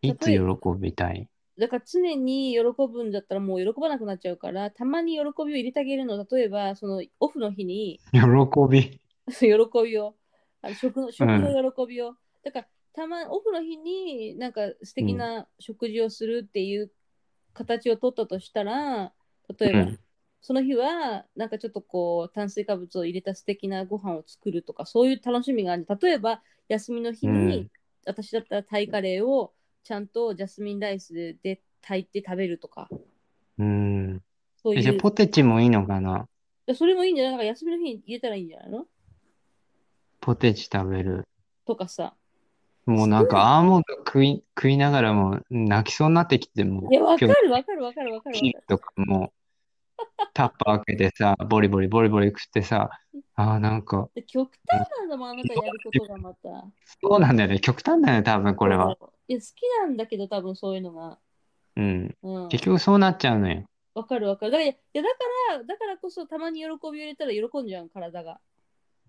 [SPEAKER 2] いつ喜びたい
[SPEAKER 1] だから常に喜ぶんだったらもう喜ばなくなっちゃうからたまに喜びを入れてあげるの例えばそのオフの日に
[SPEAKER 2] 喜び。
[SPEAKER 1] (laughs) 喜びをあの食の食の喜びを、だからたまオフの日になんか素敵な食事をするっていう形を取ったとしたら例えば、
[SPEAKER 2] うん
[SPEAKER 1] その日はなんかちょっとこう炭水化物を入れた素敵なご飯を作るとかそういう楽しみがある例えば休みの日に、
[SPEAKER 2] うん
[SPEAKER 1] 私だったらタイカレーをちゃんとジャスミンライスで炊いて食べるとか
[SPEAKER 2] うん。
[SPEAKER 1] そう
[SPEAKER 2] え
[SPEAKER 1] い
[SPEAKER 2] じゃあ
[SPEAKER 1] う
[SPEAKER 2] ポテチもいいのかな
[SPEAKER 1] それもいいんじゃないなんか休みの日に入れたらいいんじゃないの
[SPEAKER 2] ポテチ食べる。
[SPEAKER 1] とかさ
[SPEAKER 2] もうなんかアーモンド食い、食いながらもう泣きそうになってきて、もう
[SPEAKER 1] いやわか
[SPEAKER 2] 今日
[SPEAKER 1] るわかるわかるわかるわ
[SPEAKER 2] キ
[SPEAKER 1] かる
[SPEAKER 2] ーとかも、タッパー開けてさ、ボリボリボリボリ食ってさ、ああ、なんか、
[SPEAKER 1] で極端なんだもんあなたやることがまた
[SPEAKER 2] そうなんだよね。極端だよね、多分これは。
[SPEAKER 1] いや好きなんだけど多分そういうのが
[SPEAKER 2] うん。
[SPEAKER 1] うん
[SPEAKER 2] 結局そうなっちゃうのよ。
[SPEAKER 1] わかるわかるだからいやだからだからこそたまに喜びを入れたら喜んじゃう体が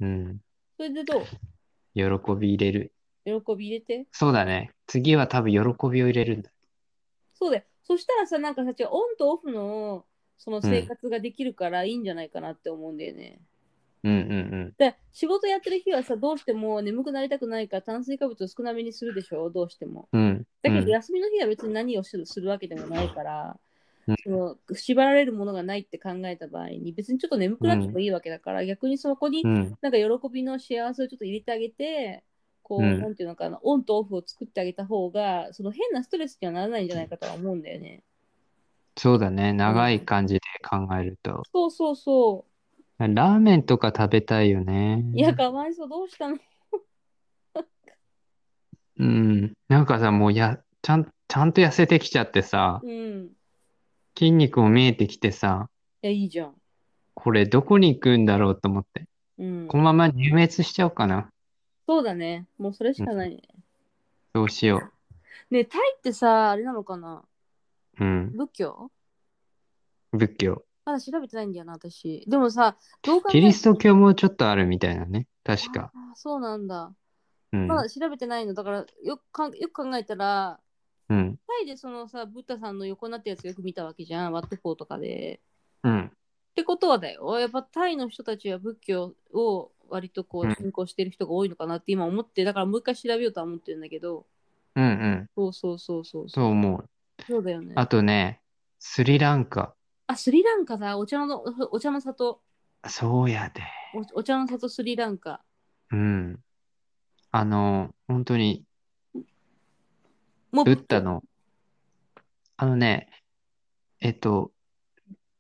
[SPEAKER 2] うん。
[SPEAKER 1] それでどう
[SPEAKER 2] 喜び入れる。
[SPEAKER 1] 喜び入れて
[SPEAKER 2] そうだね。次は多分喜びを入れるんだ。
[SPEAKER 1] そうだよそしたらさなんかさ違うオンとオフのその生活ができるからいいんじゃないかなって思うんだよね、
[SPEAKER 2] うんうん
[SPEAKER 1] だから仕事やってる日はさどうしても眠くなりたくないから炭水化物を少なめにするでしょどうしても
[SPEAKER 2] うん。うん。
[SPEAKER 1] だけど
[SPEAKER 2] うん
[SPEAKER 1] 休みの日は別に何をするするわけでもないから、
[SPEAKER 2] うん
[SPEAKER 1] その縛られるものがないって考えた場合に別にちょっと眠くなってもいいわけだから、逆にそこに
[SPEAKER 2] うん。
[SPEAKER 1] なんか喜びの幸せをちょっと入れてあげてこう、
[SPEAKER 2] うん
[SPEAKER 1] なんていうのかな、オンとオフを作ってあげた方が、その変なストレスにはならないんじゃないかとは思うんだよね。
[SPEAKER 2] そうだね。長い感じで考えると。
[SPEAKER 1] そうそうそ
[SPEAKER 2] ラーメンとか食べたいよね。
[SPEAKER 1] う。いや、かわいそう、どうしたの
[SPEAKER 2] うん。なんかさ、もうや、ちゃん、ちゃんと痩せてきちゃってさ、
[SPEAKER 1] うん。い
[SPEAKER 2] 筋肉も見えてきてさ、
[SPEAKER 1] や、いいじゃん。
[SPEAKER 2] これどこに行くんだろうと思って。
[SPEAKER 1] うん
[SPEAKER 2] こ。のまま入滅しちゃおうかな。
[SPEAKER 1] そうだね。もうそれしかないね。
[SPEAKER 2] どうしよ
[SPEAKER 1] ねえタイってさ、あれなのかな
[SPEAKER 2] う。うん。
[SPEAKER 1] 仏教
[SPEAKER 2] 仏教。
[SPEAKER 1] まだ調べてないんだよな、私。でもさ、どう考え
[SPEAKER 2] キリスト教もちょっとあるみたいなね。確か。
[SPEAKER 1] あーそうなんだ。
[SPEAKER 2] うん。
[SPEAKER 1] まだ調べてないの。だから、よくかんよく考えたら、
[SPEAKER 2] うん。
[SPEAKER 1] タイでそのさ、ブッダさんの横になったやつよく見たわけじゃん、ワットフォーとかで。
[SPEAKER 2] うん。
[SPEAKER 1] ってことはだよ、やっぱタイの人たちは仏教を割とこ
[SPEAKER 2] うん
[SPEAKER 1] う信仰してる人が多いのかなって今思って、だからもう一回調べようとは思ってるんだけど、
[SPEAKER 2] うんうん。
[SPEAKER 1] そうそうそうそう
[SPEAKER 2] そう思う。
[SPEAKER 1] そうだよね。
[SPEAKER 2] あとね、スリランカ。
[SPEAKER 1] あ、スリランカだ、お茶のお茶の里
[SPEAKER 2] そうやで。
[SPEAKER 1] お、お茶の里スリランカ。
[SPEAKER 2] うん。あの、本当に、
[SPEAKER 1] もう
[SPEAKER 2] ブッダ。の、あのね、えっと、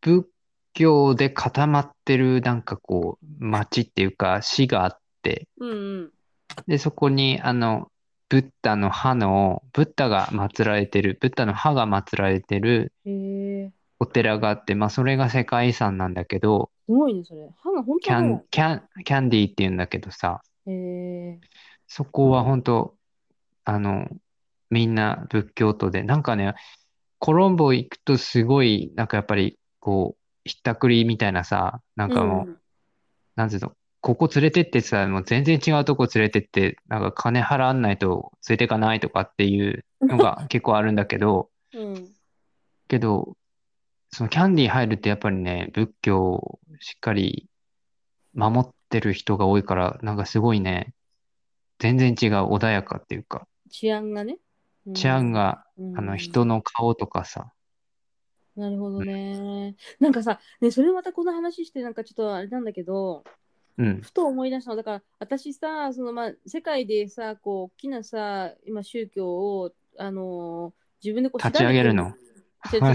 [SPEAKER 2] 仏教で固まってる、なんかこう、町っていうか、市があって、
[SPEAKER 1] うんうん。
[SPEAKER 2] で、そこに、あの、ブッダの歯の、ブッダが祀られてる、ブッダの歯が祀られてる
[SPEAKER 1] へえ、
[SPEAKER 2] お寺があって、まあ、それが世界遺産なんだけど、
[SPEAKER 1] すごいね、それ。歯が本
[SPEAKER 2] キ
[SPEAKER 1] 当
[SPEAKER 2] ャ
[SPEAKER 1] に
[SPEAKER 2] ン、キャン、キャンディーって言うんだけどさ、
[SPEAKER 1] へえ。
[SPEAKER 2] そこは本当、あの、みんな仏教徒で、なんかね、コロンボ行くとすごい、なんかやっぱり、こう、ひったくりみたいなさ、なんかもう、
[SPEAKER 1] うん
[SPEAKER 2] なんていうの、ここ連れてってさ、もう全然違うとこ連れてって、なんか金払わないと連れてかないとかっていうのが結構あるんだけど、 (laughs)
[SPEAKER 1] うん。
[SPEAKER 2] けど、そのキャンディー入るってやっぱりね、仏教をしっかり守ってる人が多いから、なんかすごいね、全然違う、穏やかっていうか、
[SPEAKER 1] 治安がね。うん
[SPEAKER 2] 治安、が、あ
[SPEAKER 1] う
[SPEAKER 2] の、
[SPEAKER 1] ん
[SPEAKER 2] 人の顔とかさ、
[SPEAKER 1] なるほどね。なんかさ、ね、それまたこの話して、なんかちょっとあれなんだけど、
[SPEAKER 2] うん、
[SPEAKER 1] ふと思い出したの、だから私さ、そのまあ、世界でさ、こう、大きなさ、今、宗教を、あのー自分でこう
[SPEAKER 2] 立ち上げるの。
[SPEAKER 1] 調べてる違う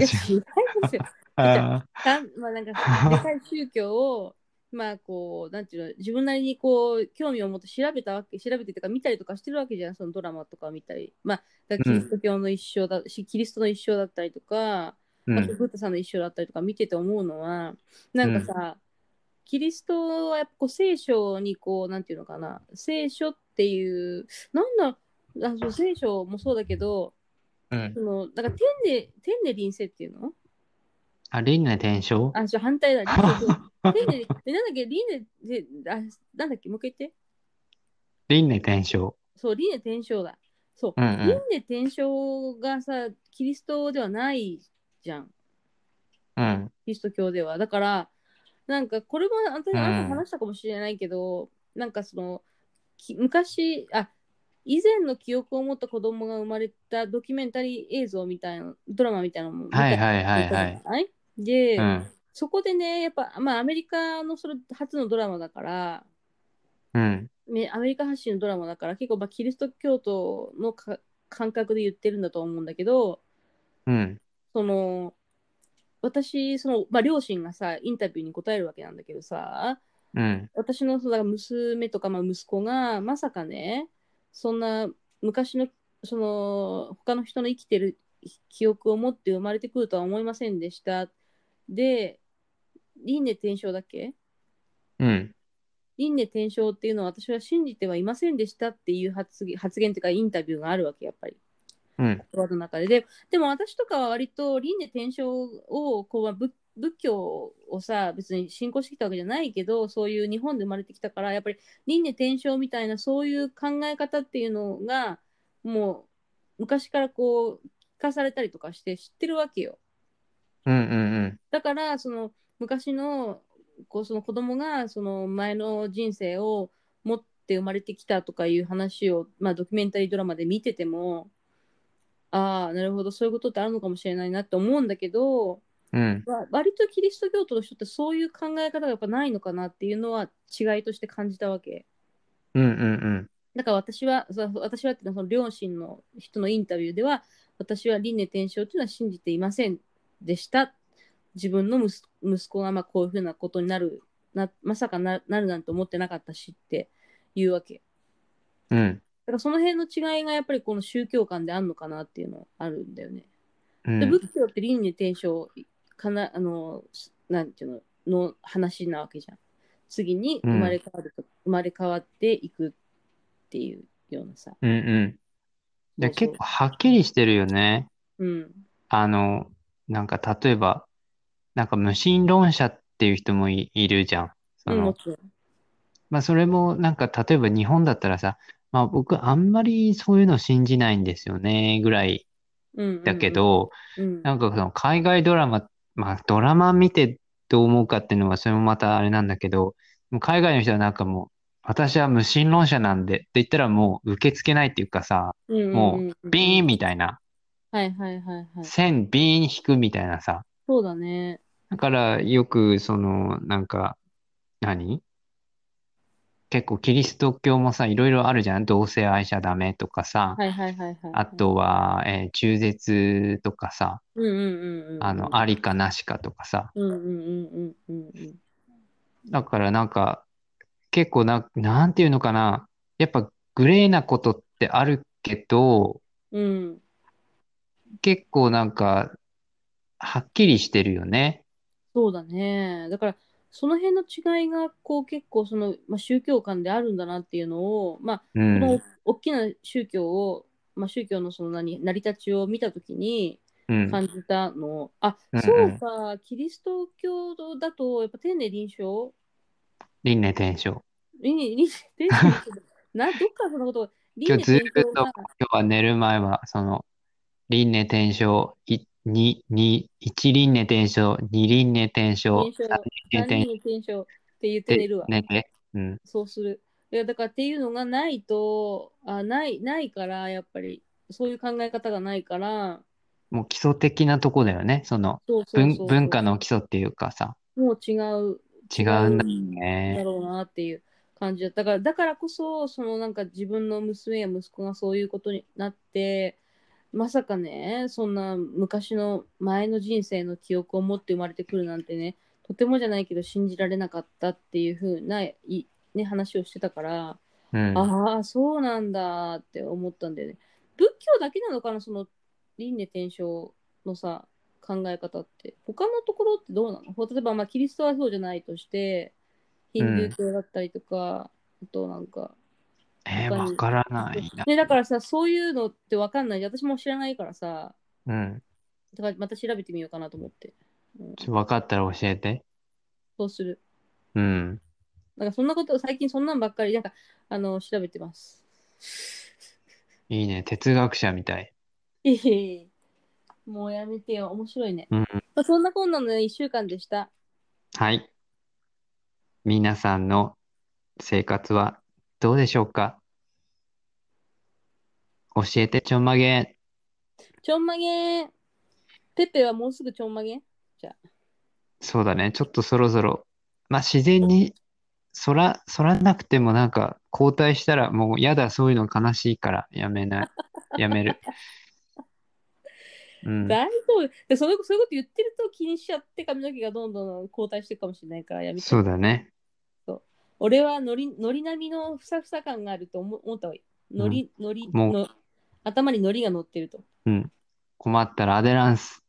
[SPEAKER 1] 違う違う違うんですよ。
[SPEAKER 2] あ
[SPEAKER 1] かんまあ、
[SPEAKER 2] (laughs)
[SPEAKER 1] なんか、でかい宗教を、まあ、こう、なんていうの、自分なりにこう、興味を持って調べたわけ、調べてとか、見たりとかしてるわけじゃん、そのドラマとか見たり。まあ、だからキリスト教の一生だし、キリストの一生だったりとか、
[SPEAKER 2] う
[SPEAKER 1] あと
[SPEAKER 2] ん、
[SPEAKER 1] ブッダさんの一生だったりとか見てて思うのはなんかさ、キリストはやっぱこう聖書にこうなんていうのかな聖書っていうなんだあそう聖書もそうだけど
[SPEAKER 2] うん
[SPEAKER 1] そ。のなんか天で天で臨世っていうの
[SPEAKER 2] あ、輪廻転生
[SPEAKER 1] あじゃ反対だ
[SPEAKER 2] (laughs)
[SPEAKER 1] 臨世天でえなんだっけ輪廻であなんだっけもう一回言って
[SPEAKER 2] 輪廻転生。
[SPEAKER 1] そう輪廻転生だそう、
[SPEAKER 2] うんうん
[SPEAKER 1] 輪廻転生がさキリストではないじゃん
[SPEAKER 2] うん、
[SPEAKER 1] キリスト教では。だから、なんかこれも私、
[SPEAKER 2] うん
[SPEAKER 1] あなた話したかもしれないけど、なんかその、き昔、あ以前の記憶を持った子供が生まれたドキュメンタリー映像みたいな、ドラマみたいなのも見た
[SPEAKER 2] はいはいはい
[SPEAKER 1] 見た
[SPEAKER 2] は
[SPEAKER 1] じ
[SPEAKER 2] い。
[SPEAKER 1] ゃないで、
[SPEAKER 2] うん、
[SPEAKER 1] そこでね、やっぱ、まあ、アメリカのそれ初のドラマだから、
[SPEAKER 2] うん、
[SPEAKER 1] ね、アメリカ発信のドラマだから、結構、まあ、キリスト教徒のか感覚で言ってるんだと思うんだけど、
[SPEAKER 2] うん、
[SPEAKER 1] その私その、まあ、両親がさインタビューに答えるわけなんだけどさ
[SPEAKER 2] うん、
[SPEAKER 1] 私のそのだから娘とか、まあ、息子がまさかねそんな昔のその他の人の生きてる記憶を持って生まれてくるとは思いませんでしたで輪廻転生だっけ
[SPEAKER 2] うん。
[SPEAKER 1] 輪廻転生っていうのは私は信じてはいませんでしたっていう発言発言というかインタビューがあるわけやっぱり。
[SPEAKER 2] うん、
[SPEAKER 1] 言葉の中で。ででも私とかは割と輪廻転生をこう、まあ仏仏教をさ別に信仰してきたわけじゃないけどそういう日本で生まれてきたからやっぱり輪廻転生みたいなそういう考え方っていうのがもう昔からこう聞かされたりとかして知ってるわけよ。
[SPEAKER 2] うん、うん、
[SPEAKER 1] だからその昔のこうその子供がその前の人生を持って生まれてきたとかいう話を、まあ、ドキュメンタリードラマで見ててもああなるほどそういうことってあるのかもしれないなって思うんだけど
[SPEAKER 2] うん、
[SPEAKER 1] わ割とキリスト教徒の人ってそういう考え方がやっぱないのかなっていうのは違いとして感じたわけ。
[SPEAKER 2] うん、うん、うん、
[SPEAKER 1] だから私は、そう私はっていうのはその両親の人のインタビューでは、私は輪廻転生というのは信じていませんでした。自分の息息子がまあこういうふうなことになる、なまさかななるなんて思ってなかったしっていうわけ。
[SPEAKER 2] うん。
[SPEAKER 1] だからその辺の違いがやっぱりこの宗教観であるのかなっていうのはあるんだよね。
[SPEAKER 2] う
[SPEAKER 1] で
[SPEAKER 2] ん。
[SPEAKER 1] 仏教って輪廻転生かなあのしなんていうのの話なわけじゃん。次に生まれ変わる、生まれ変わっていくっていうようなさ。
[SPEAKER 2] うんうん。
[SPEAKER 1] そうそ
[SPEAKER 2] で、
[SPEAKER 1] う
[SPEAKER 2] 結構はっきりしてるよね。
[SPEAKER 1] うん。
[SPEAKER 2] あの、なんか例えば、なんか無神論者っていう人もい、いるじゃん。そ
[SPEAKER 1] うん、
[SPEAKER 2] の
[SPEAKER 1] もちろん。
[SPEAKER 2] まあそれもなんか例えば日本だったらさ、まあ僕あんまりそういうの信じないんですよねぐらい
[SPEAKER 1] うんうんうん
[SPEAKER 2] だけ、ど、
[SPEAKER 1] うん、
[SPEAKER 2] なんかその海外ドラマ、まあドラマ見てどう思うかっていうのはそれもまたあれなんだけど、もう海外の人はなんかもう私は無神論者なんでって言ったらもう受け付けないっていうかさ、も
[SPEAKER 1] う
[SPEAKER 2] ビーンみ
[SPEAKER 1] い
[SPEAKER 2] たいな、
[SPEAKER 1] な。はいはいはいはい。
[SPEAKER 2] 線ビーン引くみたいなさ、
[SPEAKER 1] そうだね。
[SPEAKER 2] だからよくそのなんか何結構キリスト教もさいろいろあるじゃん同性愛者ダメとかさ
[SPEAKER 1] はいはいはいはい。
[SPEAKER 2] あ、とは、えー中絶とかさ
[SPEAKER 1] うんうんうんうん。
[SPEAKER 2] あのありかなしかとかさ
[SPEAKER 1] うんうんうんうんうんうん。
[SPEAKER 2] だからなんか結構ななんていうのかなやっぱグレーなことってあるけど
[SPEAKER 1] うん。
[SPEAKER 2] 結構なんかはっきりしてるよね
[SPEAKER 1] そうだね。だから、その辺の違いが、こう、結構、その、まあ、宗教観であるんだなっていうのを、まあ、
[SPEAKER 2] う
[SPEAKER 1] この
[SPEAKER 2] ん
[SPEAKER 1] 大きな宗教を、まあ、宗教のその何、成り立ちを見たときに
[SPEAKER 2] うん
[SPEAKER 1] 感じたの、あ、
[SPEAKER 2] うん
[SPEAKER 1] そうか、キリスト教だと、やっぱ天然臨床
[SPEAKER 2] 輪廻転生
[SPEAKER 1] 輪廻臨床天然臨床な、どっからそんなこと、輪
[SPEAKER 2] 今日ず
[SPEAKER 1] 廻
[SPEAKER 2] ー
[SPEAKER 1] 臨床
[SPEAKER 2] っ
[SPEAKER 1] が
[SPEAKER 2] と、今日は寝る前は、その、輪廻転生、いに、に、一輪廻転生、二輪廻転生、
[SPEAKER 1] 転生
[SPEAKER 2] 三
[SPEAKER 1] 三人
[SPEAKER 2] 輪廻転
[SPEAKER 1] の転生って言って
[SPEAKER 2] 生
[SPEAKER 1] 寝るわ。
[SPEAKER 2] 寝て、うん、
[SPEAKER 1] そうする。いやだからっていうのがないと、あないないから、やっぱりそういう考え方がないから、
[SPEAKER 2] もう基礎的なとこだよね。その、
[SPEAKER 1] そうそうそう
[SPEAKER 2] 文、
[SPEAKER 1] そう
[SPEAKER 2] 文化の基礎っていうかさ、
[SPEAKER 1] もう違う
[SPEAKER 2] 違うんだよ
[SPEAKER 1] だ
[SPEAKER 2] ね。
[SPEAKER 1] ろうなっていう感じだっただから、だからこそ、そのなんか自分の娘や息子がそういうことになって、まさかね、そんな昔の前の人生の記憶を持って生まれてくるなんてね、とてもじゃないけど信じられなかったっていう風ない、ね、話をしてたから、
[SPEAKER 2] うん。
[SPEAKER 1] ああ、そうなんだって思ったんだよね。仏教だけなのかな、その輪廻転生のさ、考え方って。他のところってどうなのほ例えば、まあ、キリストはそうじゃないとして、ヒンドゥー教だったりとか、あとなんか。
[SPEAKER 2] えー、
[SPEAKER 1] 他に
[SPEAKER 2] わからないな。
[SPEAKER 1] ね、だからさ、そういうのってわかんないじゃん。私も知らないからさ、
[SPEAKER 2] うん。
[SPEAKER 1] だからまた調べてみようかなと思って。うん
[SPEAKER 2] ちょわかったら教えて。
[SPEAKER 1] そうする。
[SPEAKER 2] うん。
[SPEAKER 1] なんかそんなこと、最近そんなんばっかり、なんか、あの、調べてます。
[SPEAKER 2] いいね。哲学者みたい。
[SPEAKER 1] いえいえいえ (laughs) もうやめてよ。面白いね。
[SPEAKER 2] うん。
[SPEAKER 1] まあ、そんなこんなの1週間でした。
[SPEAKER 2] はい。皆さんの生活はどうでしょうか教えてちょんまげ。
[SPEAKER 1] ちょんまげペッペはもうすぐちょんまげ
[SPEAKER 2] そうだね。ちょっとそろそろ、まあ自然に、そら、そらなくてもなんか交代したらもうやだ、そういうの悲しいからやめない。や
[SPEAKER 1] (laughs)
[SPEAKER 2] める。うん。
[SPEAKER 1] 大丈夫でそのそういうこと言ってると気にしちゃって髪の毛がどんどん後退してるかもしれないからやめて
[SPEAKER 2] そうだね。
[SPEAKER 1] 俺はのりのり並みのふさふさ感があると思思った方がいい。のり、のり
[SPEAKER 2] もう
[SPEAKER 1] の頭にのりが乗ってると。
[SPEAKER 2] うん。困ったらアデランス。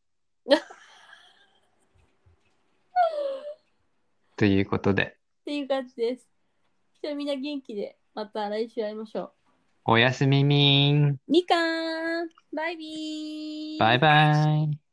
[SPEAKER 2] ということで、
[SPEAKER 1] っていう感じです。じゃあみんな元気でまた来週会いましょ
[SPEAKER 2] おやすみみん。
[SPEAKER 1] う。みかーんバイビー
[SPEAKER 2] バイバイ。